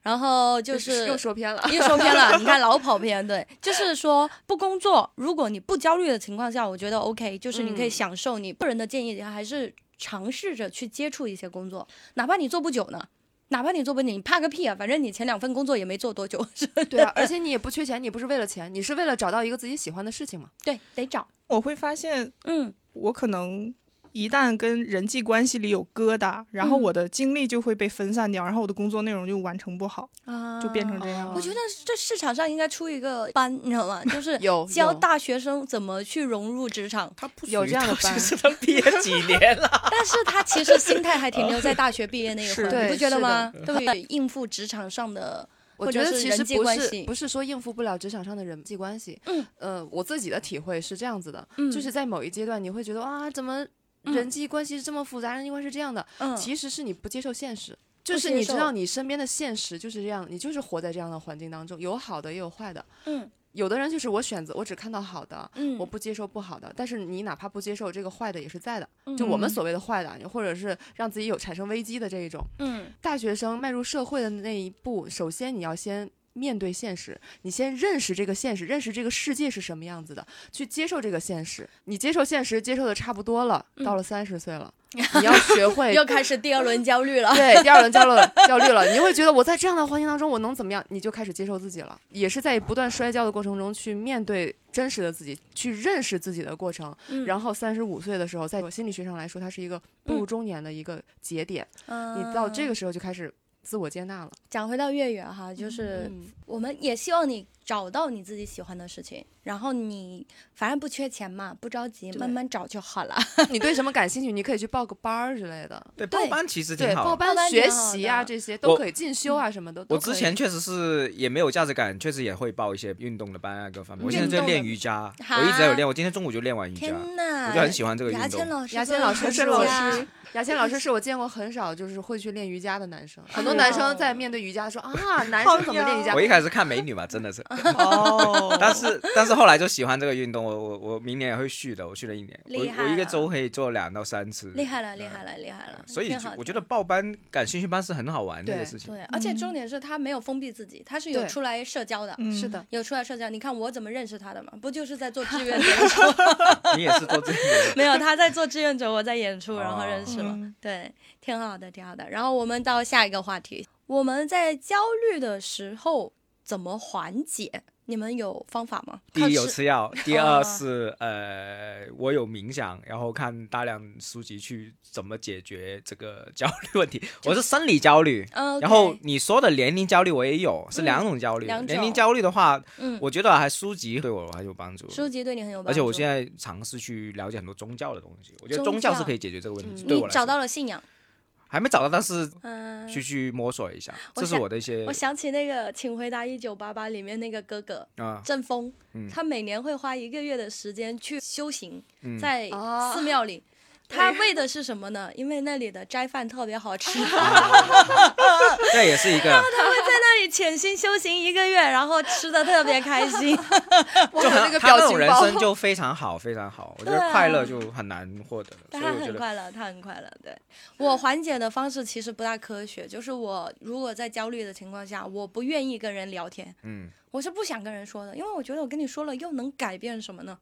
然后就
又
是。
说偏了。
又说偏了，你看老跑偏，对，就是说不工作，如果你不焦虑的情况下，我觉得 OK，就是你可以
嗯
享受你个人的建议，还是尝试着去接触一些工作，哪怕你做不久呢，哪怕你做不久，你怕个屁啊，反正你前两份工作也没做多久，是
对啊，而且你也不缺钱，你不是为了钱，你是为了找到一个自己喜欢的事情嘛。
对，得找，
我会发现，
嗯，
我可能一旦跟人际关系里有疙瘩，然后
嗯
我的精力就会被分散掉，然后我的工作内容就完成不好，
啊
就变成这样
哦
我觉得这市场上应该出一个班，你知道吗？就是
有
教
有
大学生怎么去融入职场，
他不
有这样的班
就是他毕业 几年了，
但是他其实心态还停留在大学毕业那一会
是
儿，你不
对
觉得
是的
吗？对不对？应付职场上的，
我
或
觉
者
得
是
其
人
实
际
不
关
是
系
不是说应付不了职场上的人际关系，
嗯，
呃，我自己的体会是这样子的，
嗯
就是在某一阶段你会觉得啊，怎么人际关系是这么复杂，人际关系是这样的，
嗯，
其实是你不接受现实，
不
就是
接
你知
受
道你身边的现实就是这样，你就是活在这样的环境当中，有好的也有坏的。
嗯
有的人就是我选择，我只看到好的，
嗯，
我不接受不好的。但是你哪怕不接受这个坏的也是在的，
嗯
就我们所谓的坏的，或者是让自己有产生危机的这一种。
嗯
大学生迈入社会的那一步，首先你要先。面对现实，你先认识这个现实，认识这个世界是什么样子的，去接受这个现实。你接受现实，接受的差不多了，到了三十岁了，你要学
嗯
会
又开始第二轮焦 虑了。
对，第二轮焦虑焦虑了，你会觉得我在这样的环境当中，我能怎么样？你就开始接受自己了，也是在不断摔跤的过程中去面对真实的自己，去认识自己的过程。
嗯
然后三十五岁的时候，在我心理学上来说，它是一个步入中年的一个节点，你到这
嗯
个时候就开始自我接纳了。
讲回到月月哈，就是
嗯
我们也希望你找到你自己喜欢的事情，然后你反正不缺钱嘛，不着急，
对
慢慢找就好了。
你对什么感兴趣，你可以去报个班儿之类的，
对，
对
报班其实
对，
挺
报
好。
报班
班
挺
学
好
习啊，
的
这些
我
都可以，进修啊什么的。
我
都可
之
以
前 确实是也没有价值感，确实也会报一些运动的班啊，各方面。我现在
运
在
动的
练瑜伽，
哈
我一直在有练，我今天中午就练
嗯
完瑜伽，
啊
天哪，
我就很喜欢这个运
牙
动
签。老师，
牙签老师是老
呀
师，牙签老师是我见过很少就是会去练瑜伽的男生。 很多男生在面对瑜伽说啊，男生怎么 练瑜伽
我？一开始看美女嘛，真 的是，
哦，
但是但是后来就喜欢这个运动，我我我明年也会续的，我续了一年，我
厉害
我一个
了
周可以做两到三次，
厉害了，厉
对
害了，厉害
嗯
了！
所以
嗯挺
就
好
我觉
的
得报班感兴趣班是很好玩的一个
对
事情。
对，而且重点是他没有封闭自己，他是有
嗯对
出来社交的，
嗯
是的，
有出来社交。你看我怎么认识他的嘛？不就是在做志愿者 的时候？
你也是做 这个
没有，他在做志愿者，我在演
哦
出，然后认识了。
嗯
对，挺好的，挺好的。然后我们到下一个话题，我们在焦虑的时候怎么缓解？你们有方法吗？
第一
靠
有
吃
吃药，第
哦
二是呃，我有冥想，然后看大量书籍去怎么解决这个焦虑 问题。我是生理焦虑，
嗯，
然后你说的年龄焦虑我也有，是
嗯
两种焦虑。
两
年龄
种
焦虑的话，
嗯，
我觉得还书籍对我还有帮助。
书籍对你很有帮助，
而且我现在尝试去了解很多宗教的东西，我觉得
宗
宗教
教
是可以解决这个问题。
嗯
对
你
我来
找
说，
到了信仰，
还没找到，但是
嗯，
去去摸索一下，
我
这是
想
我的一些
我想起那个《请回答一九八八》里面那个哥哥
啊，
郑峰，
嗯
他每年会花一个月的时间去修行，
嗯，
在
哦
寺庙里。他为的是什么呢？因为那里的斋饭特别好吃，他
这也是一 个。
会在那里潜心修行一个月，然后吃的特别开 心。
我
就
有
很
那个
他
表情
那种人生
包。
就非常好，非常好。我觉得
对啊
快乐就很难获得，所
但
以
他
我觉
很
得
快乐，他很快乐。对我缓解的方式其实不大科学，就是我如果在焦虑的情况下，我不愿意跟人聊天，
嗯，
我是不想跟人说的，因为我觉得我跟你说了又能改变什么呢？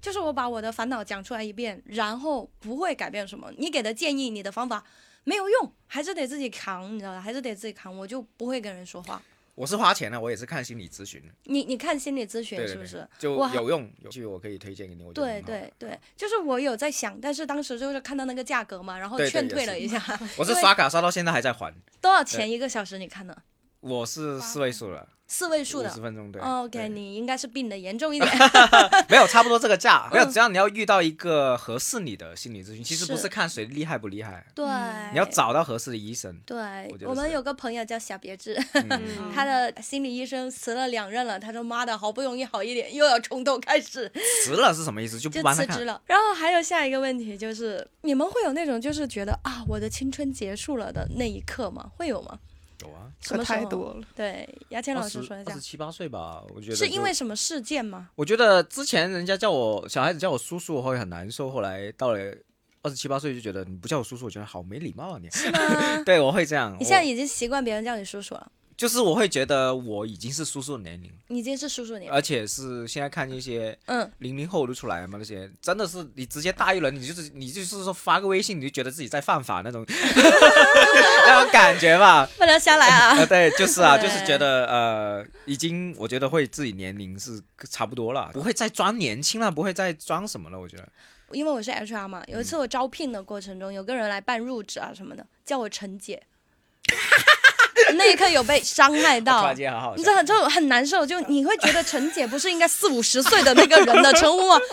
就是我把我的烦恼讲出来一遍，然后不会改变什么。你给的建议、你的方法没有用，还是得自己扛，你知道吧？还是得自己扛，我就不会跟人说话。
我是花钱的，我也是看心理咨询的，
你你看心理咨
对
询
对
是
对
不是？
就
我还
有用，有趣我可以推荐给你。我觉得
对
很好
对对，就是我有在想，但是当时就是看到那个价格嘛，然后
对对
劝
也
退
是
了一下。
我是刷卡刷到现在还在还，
多少钱一个小时？你看呢？
我是四位数了，
四位数
五
的哦
十。分钟对。
OK，
对
你应该是病的严重一 点。
没有差不多这 个价，没有，只要你要遇到一个合适你的心理咨询，其实
嗯
不
是哎
是看谁厉害不厉害，
对，
嗯你要。找到合适的医生。
对
我觉得
我们
是
有个朋友叫小别致，
嗯
嗯
他的心理医生辞了两任了。他说：“妈的，好不容易好一点，又要从头开 始。”
辞了是什么意思？就
就
不帮他
辞
看
职。了。然后还有下一个问题就是，你们会有那种就是觉得啊，我的青春结束了的那一刻吗？会有吗？
有啊，
什
可
么时
太
候
多了。
对，牙签老师说一
二
下
十，七八岁吧，我觉得
是
就
因为什么事件吗？
我觉得之前人家叫我小孩子叫我叔叔，我会很难受。后来到了二十七八岁，就觉得你不叫我叔叔，我觉得好没礼貌啊你。
是吗？
对，我会这样。
你现在
我
已经习惯别人叫你叔叔了，
就是我会觉得我已经是叔叔的年龄，
你已经是叔叔年了。
而且是现在看一些
嗯，
零零后都出来嘛，那些真的是你直接大一轮，你就是你就是说发个微信，你就觉得自己在犯法那 种那种感觉吧。
不能瞎来啊！
啊，对，就是啊，
对
就是觉得呃，已经我觉得会自己年龄是差不多了，不会再装年轻了，不会再装什么了。我觉得
因为我是 HR 嘛，有一
嗯
次我招聘的过程中，有个人来办入职啊什么的，叫我陈姐， 那一刻有被伤害
我突
到
然。间好好
你
笑
知。道就很难受，就你会觉得陈姐不是应该四五十岁的那个人的称呼吗？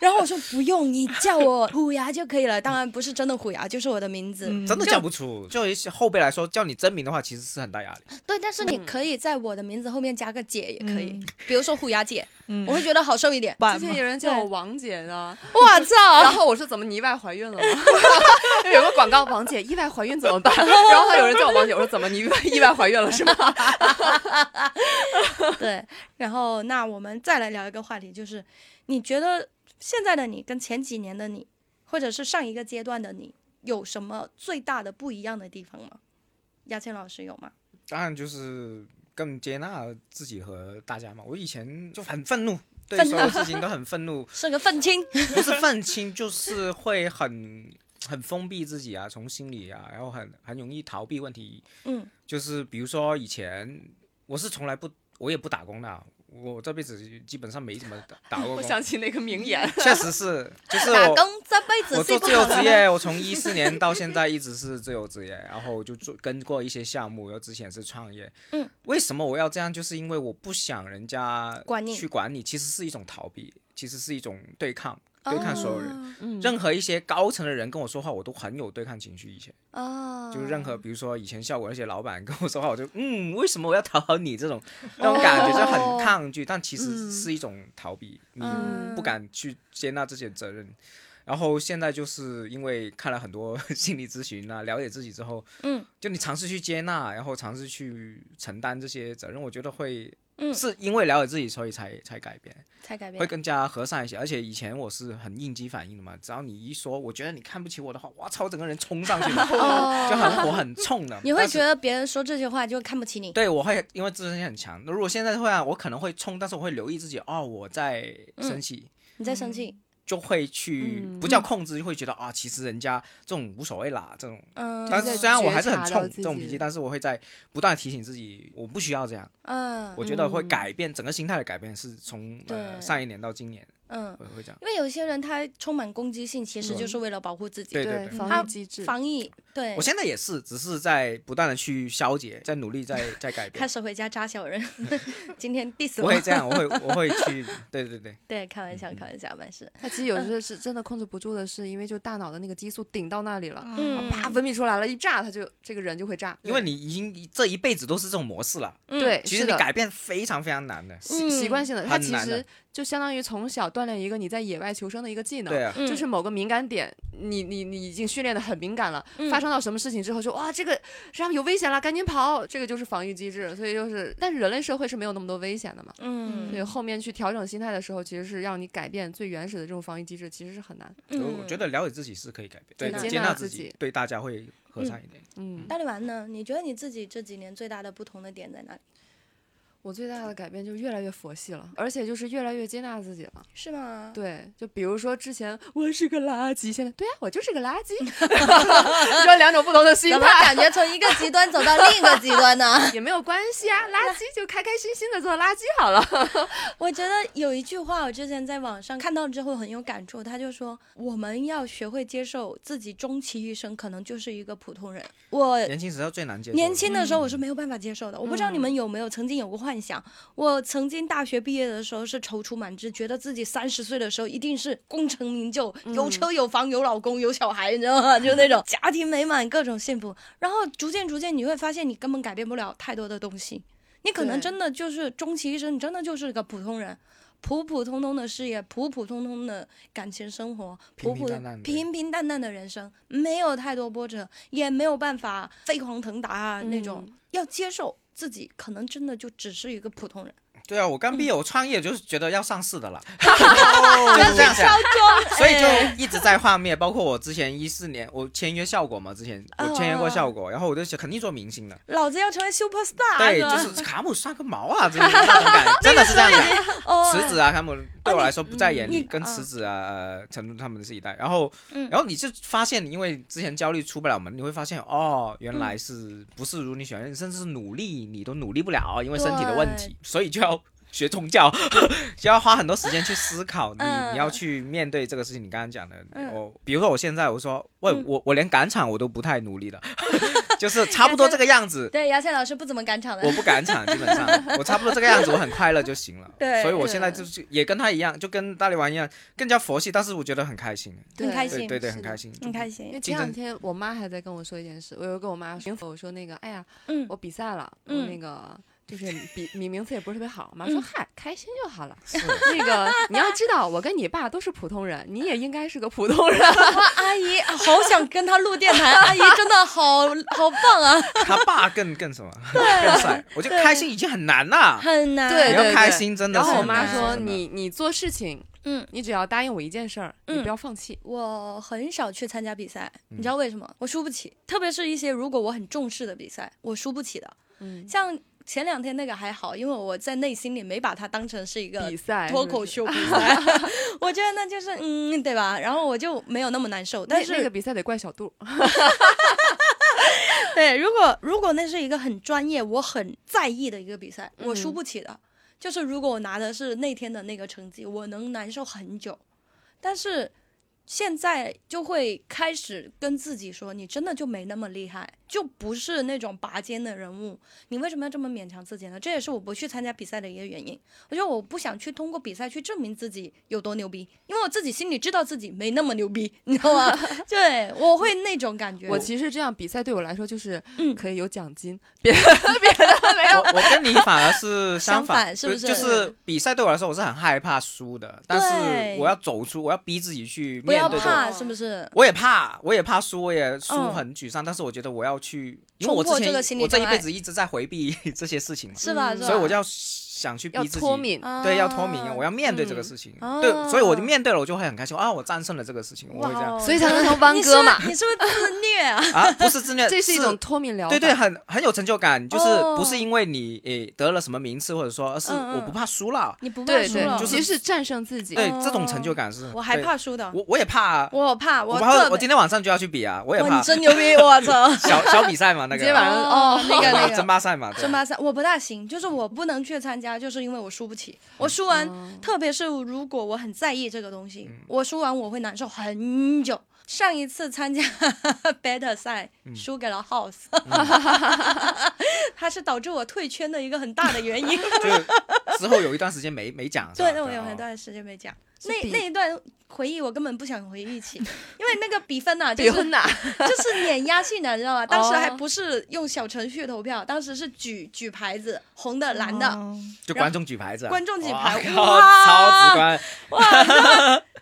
然后我说不用，你叫我虎牙就可以了。当然不是真的虎牙，就是我的名字。
嗯
真的叫不出，就一些后辈来说，叫你真名的话，其实是很大压力。
对，但是你可以在我的名字后面加个姐也可以，
嗯
比如说虎牙姐，
嗯，
我会觉得好受一点。
晚
之
嘛
前有人叫我王姐 呢，
我
然
操！
后我说怎么你意外怀孕了吗？ 就有个广告，王姐意外怀孕怎么办？ 然后还有人叫我王姐，我说怎么你意外意外怀孕了是吗？
对，然后那我们再来聊一个话题，就是你觉得现在的你跟前几年的你，或者是上一个阶段的你，有什么最大的不一样的地方吗？亚倩老师有吗？
当然就是更接纳自己和大家嘛。我以前就很愤怒，对
愤怒
所有事情都很愤 怒，
是个愤青。
不是愤青，就是会很很封闭自己啊，从心里啊，然后很很容易逃避问题。
嗯，
就是比如说以前我是从来不，我也不打工的，我这辈子基本上没怎么打打过
我
工。
想起那个名言，
确实是，就是
打
我
工这辈子
我
是
做
不
自由职业，我从一四年到现在一直是自由职业，然后我就做跟过一些项目，然后之前是创业。
嗯，
为什么我要这样？就是因为我不想人家
管你
去管你，其实是一种逃避，其实是一种对抗，
哦
对抗所有人。
嗯
任何一些高层的人跟我说话，我都很有对抗情绪。以前
哦，
就是任何，比如说以前效果那些老板跟我说话，我就嗯，为什么我要讨好你？这种那种感觉就
哦
很抗拒，但其实
嗯
是一种逃避，你
嗯
不敢去接纳自己的责任。然后现在就是因为看了很多 心理咨询啊，了解自己之后，
嗯，
就你尝试去接纳，然后尝试去承担这些责任，我觉得会，
嗯
是因为了解自己，所以才才改变。
才改
会
变。
更加和善一些。而且以前我是很应激反应的嘛，只要你一说我觉得你看不起我的话，我操，整个人冲上 去了，就很火很冲的。
哦你会
但是
觉得别人说这些话就看不起你，
对，我会因为自尊心很强。那如果现在的话，我可能会冲，但是我会留意自己，哦，我在
嗯
生气，
你在生气，
就会去、
嗯
不叫控制，就会觉得啊、其实人家这种无所谓啦，这种。
嗯，
但是虽然我还是很
觉察到
冲
自己
这种脾气，但是我会在不断地提醒自己，我不需要这样。
嗯
我觉得会
嗯
改变整个心态的改变是从呃
对
上一年到今年
嗯，
会会这样。
因为有些人他充满攻击性，其实就是为了保护自己，
对对
他
防御机制，
防疫，对
我，现在也是，只是在不断的去消解，在努力在在改变
开。始回家扎小人。今天 diss
我
我
会，这样，我会我会去，对对对，
对，开玩笑，开玩笑，没事。
他其实
嗯
有时候是真的控制不住的，是因为就大脑的那个激素顶到那里了，
嗯
啪分泌出来了，一炸他就这个人就会炸，
因为你已经这一辈子都是这种模式了，
嗯
对，
其
是
实你
的
改变非常非常难的。
习习惯性的，
嗯
他
很
其
难
实
的
就相当于从小锻炼一个你在野外求生的一个技能。
对啊，
嗯
就是某个敏感点，你你你已经训练的很敏感了，
嗯
发生到什么事情之后就哇，这个上面有危险了，赶紧跑，这个就是防御机制。所以就是，但是人类社会是没有那么多危险的嘛，所以
嗯
后面去调整心态的时候，其实是让你改变最原始的这种防御机制，其实是很难。
嗯
我我觉得了解自己是可以改变，对，接纳自己，对大家会和善一点。
嗯，
大力丸呢？你觉得你自己这几年最大的不同的点在哪里？
我最大的改变就是越来越佛系了，而且就是越来越接纳自己了。
是吗？
对，就比如说之前我是个垃圾，现在对啊，我就是个垃圾， 你说两种不同的心
怎么
态，
感觉从一个极端走到另一个极端呢？
也没有关系啊，垃圾就开开心心的做垃圾好了。
我觉得有一句话，我之前在网上看到之后很有感触，他就说我们要学会接受自己终其一生可能就是一个普通人。我
呃年轻时候最难接受。嗯
年轻的时候我是没有办法接受的，我不知道你们有没有曾经有过幻想。我曾经大学毕业的时候是踌躇满志，觉得自己三十岁的时候一定是功成名就，有车
嗯
有房有老公有小孩， 你知道吗？就那种家庭美满，各种幸福。然后逐渐逐渐你会发现，你根本改变不了太多的东西。你可能
对
真的就是终其一生，你真的就是个普通人，普普通通的事业，普普通通的感情生活，
平
普
平
普
淡淡的
平平淡淡的人生，没有太多波折，也没有办法飞黄腾达啊、那种。要接受自己，可能真的就只是一个普通人。
对啊，我刚毕业，我创业就是觉得要上市的了， 就是这样想，哎所以就一直在幻灭。包括我之前一四年，我签约效果嘛，之前我签约过效果，然后我就想肯定做明星的，
老子要成为 super star，
对，就是卡姆算个毛啊，真的是那种感 觉，真的是这样想。
哦，
池子啊，卡姆对我来说不在眼
你
里，
你
跟池子啊、呃陈露他们是一代。然后
嗯，
然后你就发现，因为之前焦虑出不了门，你会发现哦，原来是不是如你想，甚至是努力你都努力不了，因为身体的问题，所以就要。学宗教 就要花很多时间去思考你，
嗯
你要去面对这个事情。你刚刚讲的，
嗯
我比如说我现在我说，喂，我我连赶场我都不太努力了， 就是 差不多这个样子。
对，牙线老师不怎么赶场的
我。不赶场，基本上我差不多这个样子，我很快乐就行了。
对
所以我现在就是也跟他一样，就跟大力丸一样，更加佛系，但是我觉得很开心，
很开心
对对对，
是
很
的
开心，
很开
因为
心，
前
竞
两
争
天我妈还在跟我说一件事，我又跟我妈说，我说那个，哎呀，
嗯
我比赛了，我
嗯
那个就是比你名次也不是特别好，我妈说
嗯
嗨，开心就好了。
是
那个你要知道，我跟你爸都是普通人，你也应该是个普通人。
哇，阿姨啊好想跟她录电台，啊 阿姨真的好好棒啊，
他爸更更什么，更帅。我觉得开心已经很难了，
很难。
对
你
对
要开心真的
然
是
后我
很难。
妈说，
真的
你你做事情，
嗯，
你只要答应我一件事儿，你
嗯
不要放弃。
我很少去参加比赛，
嗯
你知道为什么？我输不起，特别是一些如果我很重视的比赛，我输不起的。
嗯，
像前两天那个还好，因为我在内心里没把它当成是一个
比赛
脱口
秀，
秀比赛， 我觉得那就是嗯，对吧？然后我就没有那么难受。
那
但是、
那个比赛得怪小杜。
对，如果如果那是一个很专业、我很在意的一个比赛，我输
嗯
不起的。就是如果我拿的是那天的那个成绩，我能难受很久。但是现在就会开始跟自己说，你真的就没那么厉害，就不是那种拔尖的人物，你为什么要这么勉强自己呢？这也是我不去参加比赛的一个原因。我觉得我不想去通过比赛去证明自己有多牛逼，因为我自己心里知道自己没那么牛逼，你知道吗？ 对，我会那种感觉。
我其实这样比赛对我来说就是
嗯
可以有奖金，别的别的没有。
嗯我我跟你反而是
相
反，
反是不
对
是
就是比赛对我来说，我是很害怕输的，但
对
是我要走出，我要逼自己去
不
面
要
对这个
怕，是不是？
我也怕，我也怕输，我也输
嗯
很沮丧，但是我觉得我要去，因为
冲
我之
破
前
这个心理
我这一
障
辈
碍
子一直在回避 这些事情嘛，
是啊吧？
嗯
是吧啊
所以我就要想去逼
要
自己，
脱敏，
哦
对，要脱敏，我要面对这个事情，
嗯
对，所以我就面对了，我就会很开心啊，我战胜了这个事情，我会这样
所 以才能成弯哥嘛
哦你是不是你是不是自虐 啊？
啊，不 是自虐，
这是一种脱敏疗法。
对对，很很有成就感，就是
哦
不是因为你诶得了什么名次，或者说而是
嗯嗯
我不怕输了，
你不怕
对
输
对，
了？
就是
其实是战胜自己。
对，这种成就感是，
哦我还
对，
怕输的，
我我也怕啊，
我怕
我怕，
特
我今天晚上就要去比啊，我也
别哇，
怕
你，真牛逼！我操，
小小比 赛嘛，那
今
个
天晚上
哦
哦，
那个那
争
个
霸赛嘛，对啊
争霸赛，我不大行，就是我不能去参加，就是因为我输不起。我输完，特别是如果我很在意这个东西，我输完我会难受很久。上一次参加 battle 赛，输给了 House，、他 是导致我退圈的一个很大的原因。
就之后有一段时间没没讲，是 吧
对，那我有很。
哦
段时间没讲。
是
那
比
那一段回忆我根本不想回忆起，因为那个比分呐、啊就
比
是
婚呐，
就是碾压性的，你知道吗？当时还不是用小程序投票，当时是举举牌子，红的、蓝的，
哦
就观众举牌子啊，
观众举牌
哇靠
哇
超直观，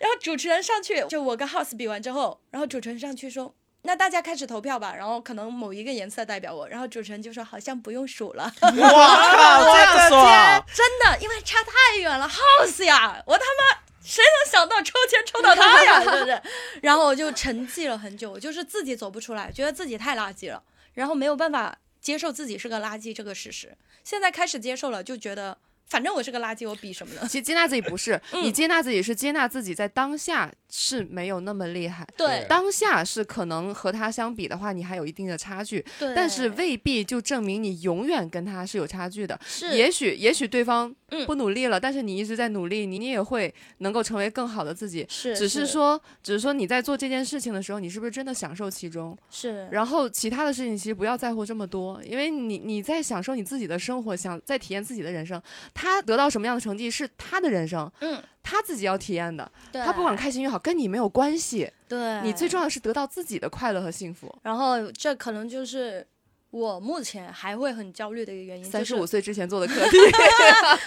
然后主持人上去，就我跟 House 比完之后，然后主持人上去说。那大家开始投票吧，然后可能某一个颜色代表我，然后主持人就说好像不用数了，啊
哇靠，这样啊爽，
真的，因为差太远了，House 呀，我他妈谁能想到抽签抽到他呀，对不 对？然后我就沉寂了很久，我就是自己走不出来，觉得自己太垃圾了，然后没有办法接受自己是个垃圾这个事实。现在开始接受了，就觉得反正我是个垃圾，我比什么呢？
其实接纳自己不是，你接纳自己是接纳自己在当下是没有那么厉害，
对
当下是可能和他相比的话，你还有一定的差距，
对，
但是未必就证明你永远跟他是有差距的。
是
也许也许对方
嗯
不努力了，但是你一直在努力，你你也会能够成为更好的自己。
是
只是说，只是说你在做这件事情的时候，你是不是真的享受其中？
是
然后其他的事情其实不要在乎这么多，因为你你在享受你自己的生活，想在体验自己的人生。他得到什么样的成绩是他的人生，
嗯，
他自己要体验的。
对
他不管开心与好，跟你没有关系。
对
你最重要的是得到自己的快乐和幸福。
然后这可能就是我目前还会很焦虑的一个原因。
三
就
十
是
五岁之前做的 课题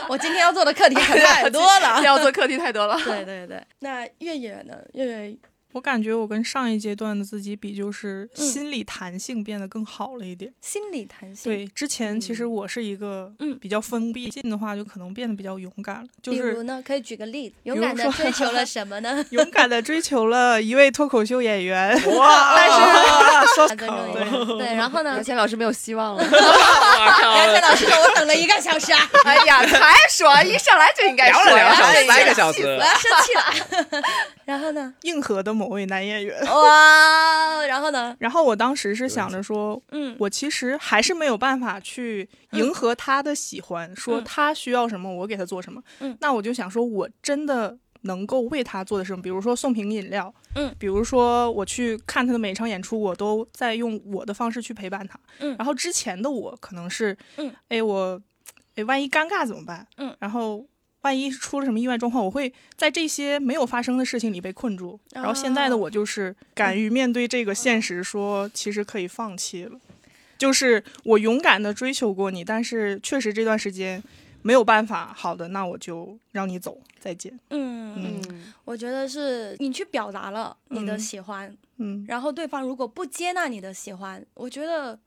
我今天要做的课题可太多 了。
要做课题太多了。
对 对对，那月月呢？月月
我感觉我跟上一阶段的自己比，就是
嗯
心理弹性变得更好了一点。
心理弹性，
对，之前其实我是一个
嗯
比较封闭性的话，就可能变得比较勇敢了，就
比如
是
呢，可以举个例子，勇
如
敢的
说
追求了什么呢？
勇敢的追求了一位脱口秀演员。
哇，
但是说
尊重一下。对，然后呢
杨？倩老师没有希望了。
杨倩老师说：“我等了一个小时啊，
哎呀，才说，一上来就应该
聊了
说
两
呀
个小
哎
时，
呀
三个小时，
我要生气了。” 然后 呢？
硬核的某位男演员。
哇，然后呢？
然后我当时是想着说，
嗯，
我其实还是没有办法去迎合他的喜欢，说他需要什么，我给他做什么。
嗯
那我就想说，我真的能够为他做的什么，比如说送瓶饮料，
嗯，
比如说我去看他的每一场演出，我都在用我的方式去陪伴他。
嗯
然后之前的我可能是，
嗯，
哎，我，哎，万一尴尬怎么办？
嗯，
然后。万一出了什么意外状况，我会在这些没有发生的事情里被困住。然后现在的我就是敢于面对这个现实，说其实可以放弃了。就是我勇敢的追求过你，但是确实这段时间没有办法。好的，那我就让你走，再见。
嗯，
嗯，
我觉得是你去表达了你的
嗯
喜欢，
嗯，
然后对方如果不接纳你的喜欢，我觉得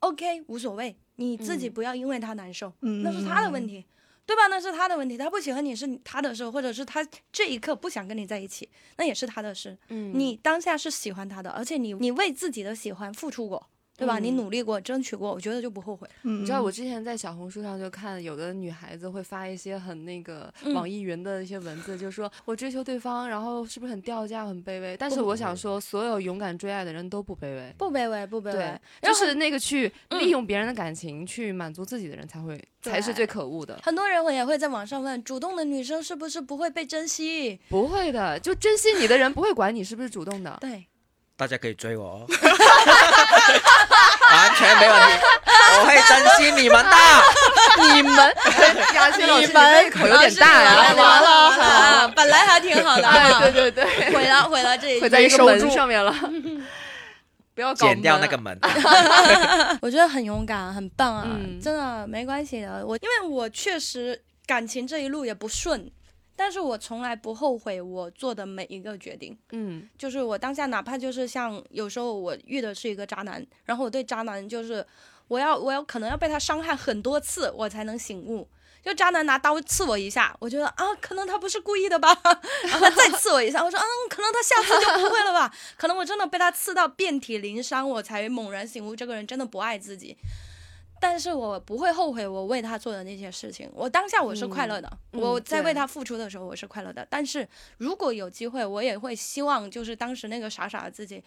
OK 无所谓，你自己
嗯
不要因为他难受，
嗯
那是他的问。题，对吧？那是他的问题，他不喜欢你是他的事，或者是他这一刻不想跟你在一起，那也是他的事。
嗯
你当下是喜欢他的，而且你你为自己的喜欢付出过。对吧？你
嗯
努力过，争取过，我觉得就不后悔。
嗯，
你知道我之前在小红书上就看有的女孩子会发一些很那个
嗯
网易云的一些文字，就说我追求对方，然后是不是很掉价、很卑微？但是我想说，所有勇敢追爱的人都不卑微。
不卑微，不卑微
对，，就是那个去
嗯
利用别人的感情去满足自己的人，才会才是最可恶的。
很多人我也会在网上问，主动的女生是不是不会被珍惜？
不会的，就珍惜你的人不会管你是不是主动 的。
对，
大家可以追我哦， 完全没问题，我会珍惜你们的。
你 们，杨欣哎老师，
你
你
们
胃口有点
完
大呀，
了完了完了，本来还挺好的啊，
哎， 对对对，
毁了毁了这一
会在一
句
个
收
门
住
上面了， 不要搞
剪掉
门
那
啊
个门，
我觉得很勇敢，很棒啊，
嗯
真的没关系的。我因为我确实感情这一路也不顺，但是我从来不后悔我做的每一个决定。
嗯
就是我当下哪怕就是像有时候我遇的是一个渣男，然后我对渣男就是我要我要可能要被他伤害很多次，我才能醒悟。就渣男拿刀刺我一下，我觉得啊，可能他不是故意的吧， 然后再刺我一下，我说嗯，可能他下次就不会了吧，可能我真的被他刺到遍体鳞伤，我才猛然醒悟，这个人真的不爱自己。但是我不会后悔我为他做的那些事情，我当下我是快乐的，
嗯嗯
我在
对
为他付出的时候我是快乐的。但是如果有机会，我也会希望就是当时那个傻傻的自己，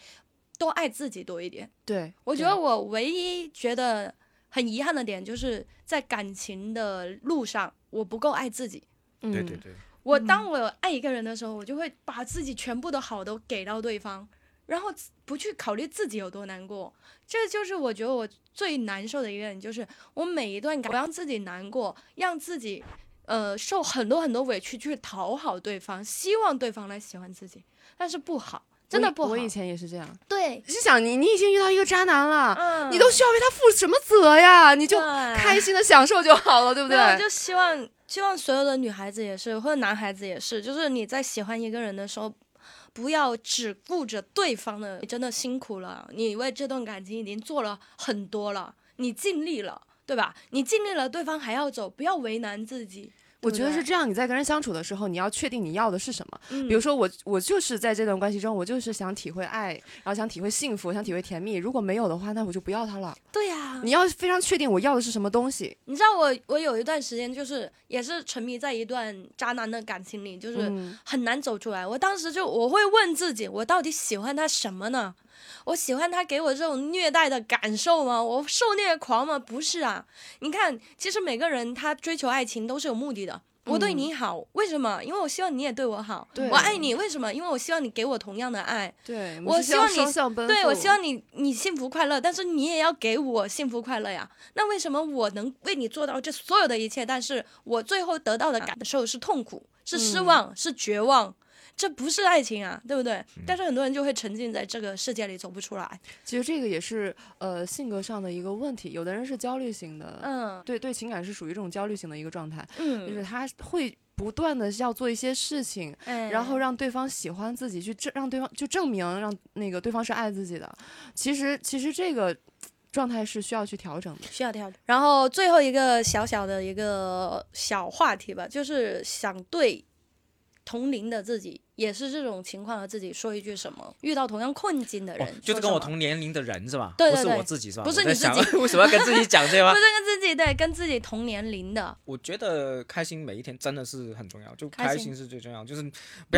多爱自己多一点。
对，
我觉得我唯一觉得很遗憾的点，就是在感情的路上，我不够爱自己。
对
对对，对，
我
嗯
当我爱一个人的时候，我就会把自己全部的好都给到对方，然后不去考虑自己有多难过。这就是我觉得我最难受的一个点，就是我每一段感，我让自己难过，让自己呃受很多很多委屈，去讨好对方，希望对方来喜欢自己，但是不好，真的
我以
不好。
我以前也是这样，
对，
你想你你已经遇到一个渣男了，
嗯
啊你都需要为他负什么责呀？你就
对
开心的享受就好了，对不
没有，
对？
就希望希望所有的女孩子也是，或者男孩子也是，就是你在喜欢一个人的时候，不要只顾着对方的，你真的辛苦了，你为这段感情已经做了很多了，你尽力了，对吧？你尽力了，对方还要走，不要为难自己。
我觉得是
对
这样，你在跟人相处的时候，你要确定你要的是什么。
嗯
比如说我，我就是在这段关系中，我就是想体会爱，然后想体会幸福，想体会甜蜜。如果没有的话，那我就不要他了。
对呀、
你要非常确定我要的是什么东西。
你知道我，我有一段时间就是也是沉迷在一段渣男的感情里，就是
嗯，
很难走出来。我当时就我会问自己，我到底喜欢他什么呢？我喜欢他给我这种虐待的感受吗？我受虐狂吗？不是啊。你看，其实每个人他追求爱情都是有目的的。我对你好，为什么？因为我希望你也对我好。
嗯对
我爱你，为什么？因为我希望你给我同样的爱。
对，
我
们是
希望
要
你
双向奔赴。
对，我希望你你幸福快乐，但是你也要给我幸福快乐呀。那为什么我能为你做到这所有的一切，但是我最后得到的感受是痛苦、是失望、是绝望？这不是爱情啊，对不对？但是很多人就会沉浸在这个世界里走不出来。
其实这个也是呃性格上的一个问题，有的人是焦虑型的，
嗯
对对，情感是属于这种焦虑型的一个状态，就
嗯，
是他会不断的要做一些事情，
哎
然后让对方喜欢自己，去证让对方就证明让那个对方是爱自己的。其实其实这个状态是需要去调整的。
需要调整。然后最后一个小小的一个小话题吧，就是想对同龄的自己，也是这种情况的自己说一句什么？遇到同样困境的人，
哦，就
说
是跟我
什么
同年龄的人是吧？
对
不
对
是
对
我自己是吧？
不是
我在
你自
想
己
为什么要跟自己讲这话
不？是跟自己对，跟自己同年龄的，
我觉得开心每一天真的是很重要，就
开心
开心是最重要，就是不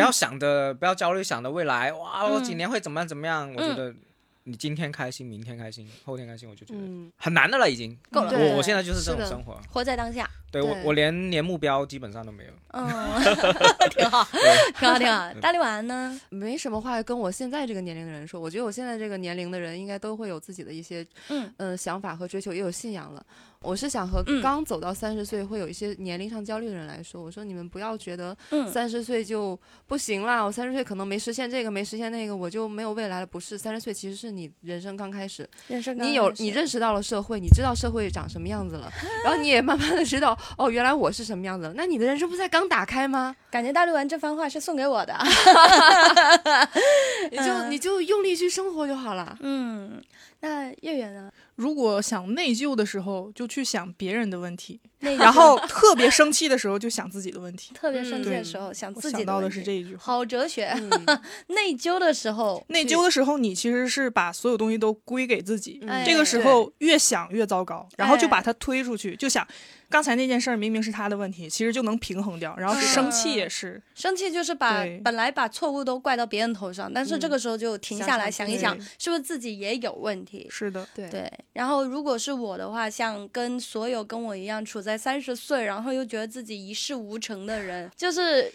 嗯
要想的，不要焦虑，想的未来哇，我几年会怎么样怎么样？我
嗯
觉得你今天开心，明天开心，后天开心，我就觉得
嗯，
很难的了，已经。
够了，
对
我我现在就是
是
这种
的
生活，
活在当下，
对我
对
我连连目标基本上 都没有。
嗯， 挺好，挺好，挺好。啊大力丸 呢？
没什么话跟我现在这个年龄的人说。我觉得我现在这个年龄的人应该都会有自己的一些
嗯
呃想法和追求，也有信仰了。我是想和
嗯
刚走到三十岁会有一些年龄上焦虑的人来说，我说你们不要觉得
嗯，
三十岁就不行啦，我三十岁可能没实现这个，没实现那个，我就没有未来了。不是，三十岁其实是你人生刚开始，
人生
你有你认识到了社会，你知道社会长什么样子了，然后你也慢慢的知道，哦，原来我是什么样子了。那你的人生不才刚打开吗？
感觉大力丸这番话是送给我的，
你就你就用力去生活就好了。
嗯，那月月呢？
如果想内疚的时候，就去想别人的问题，
那
然后特别生气的时候就想自己的问 题。
特别生气的
嗯
时候，想
我
自己
想到
问
的
题
是这，一句话。
好哲学。
嗯
内疚的时候，
内疚的时候，你其实是把所有东西都归给自己。
嗯
哎
这个时候越想越糟糕，然后就
嗯
把它推出去，就想刚才那件事儿明明是他的问题，其实就能平衡掉。然后
是的
生气也是，
生气就是把
对嗯
本来把错误都怪到别人头上，但是这个时候就停
想
下来想
想自
一
己
想，是不是自己也有问题？
是的，
对
对，然后如果是我的话，像跟所有跟我一样处在三十岁，然后又觉得自己一事无成的人，就是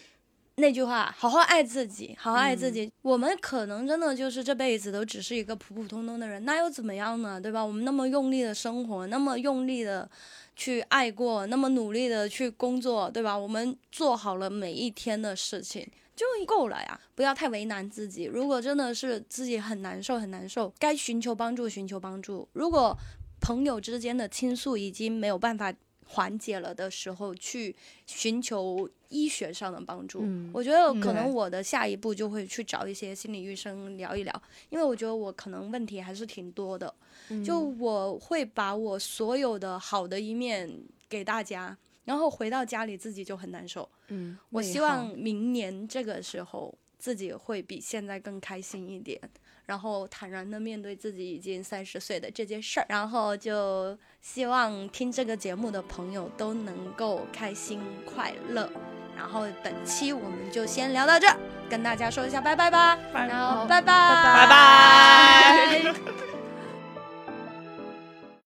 那句话，好好爱自己，好好爱自己。我们可能真的就是这辈子都只是一个普普通通的人，那又怎么样呢？对吧？我们那么用力的生活，那么用力的去爱过，那么努力的去工作，对吧？我们做好了每一天的事情。就够了呀，不要太为难自己。如果真的是自己很难受很难受，该寻求帮助寻求帮助。如果朋友之间的倾诉已经没有办法缓解了的时候，去寻求医学上的帮助。
嗯
我觉得可能
对
我的下一步就会去找一些心理医生聊一聊，因为我觉得我可能问题还是挺多的。就我会把我所有的好的一面给大家，然后回到家里自己就很难受。
嗯，
我
内
希
耗
望明年这个时候自己会比现在更开心一点，然后坦然的面对自己已经三十岁的这件事儿，然后就希望听这个节目的朋友都能够开心快乐。然后本期我们就先聊到这儿，跟大家说一下拜拜吧，然后拜拜
拜
拜拜。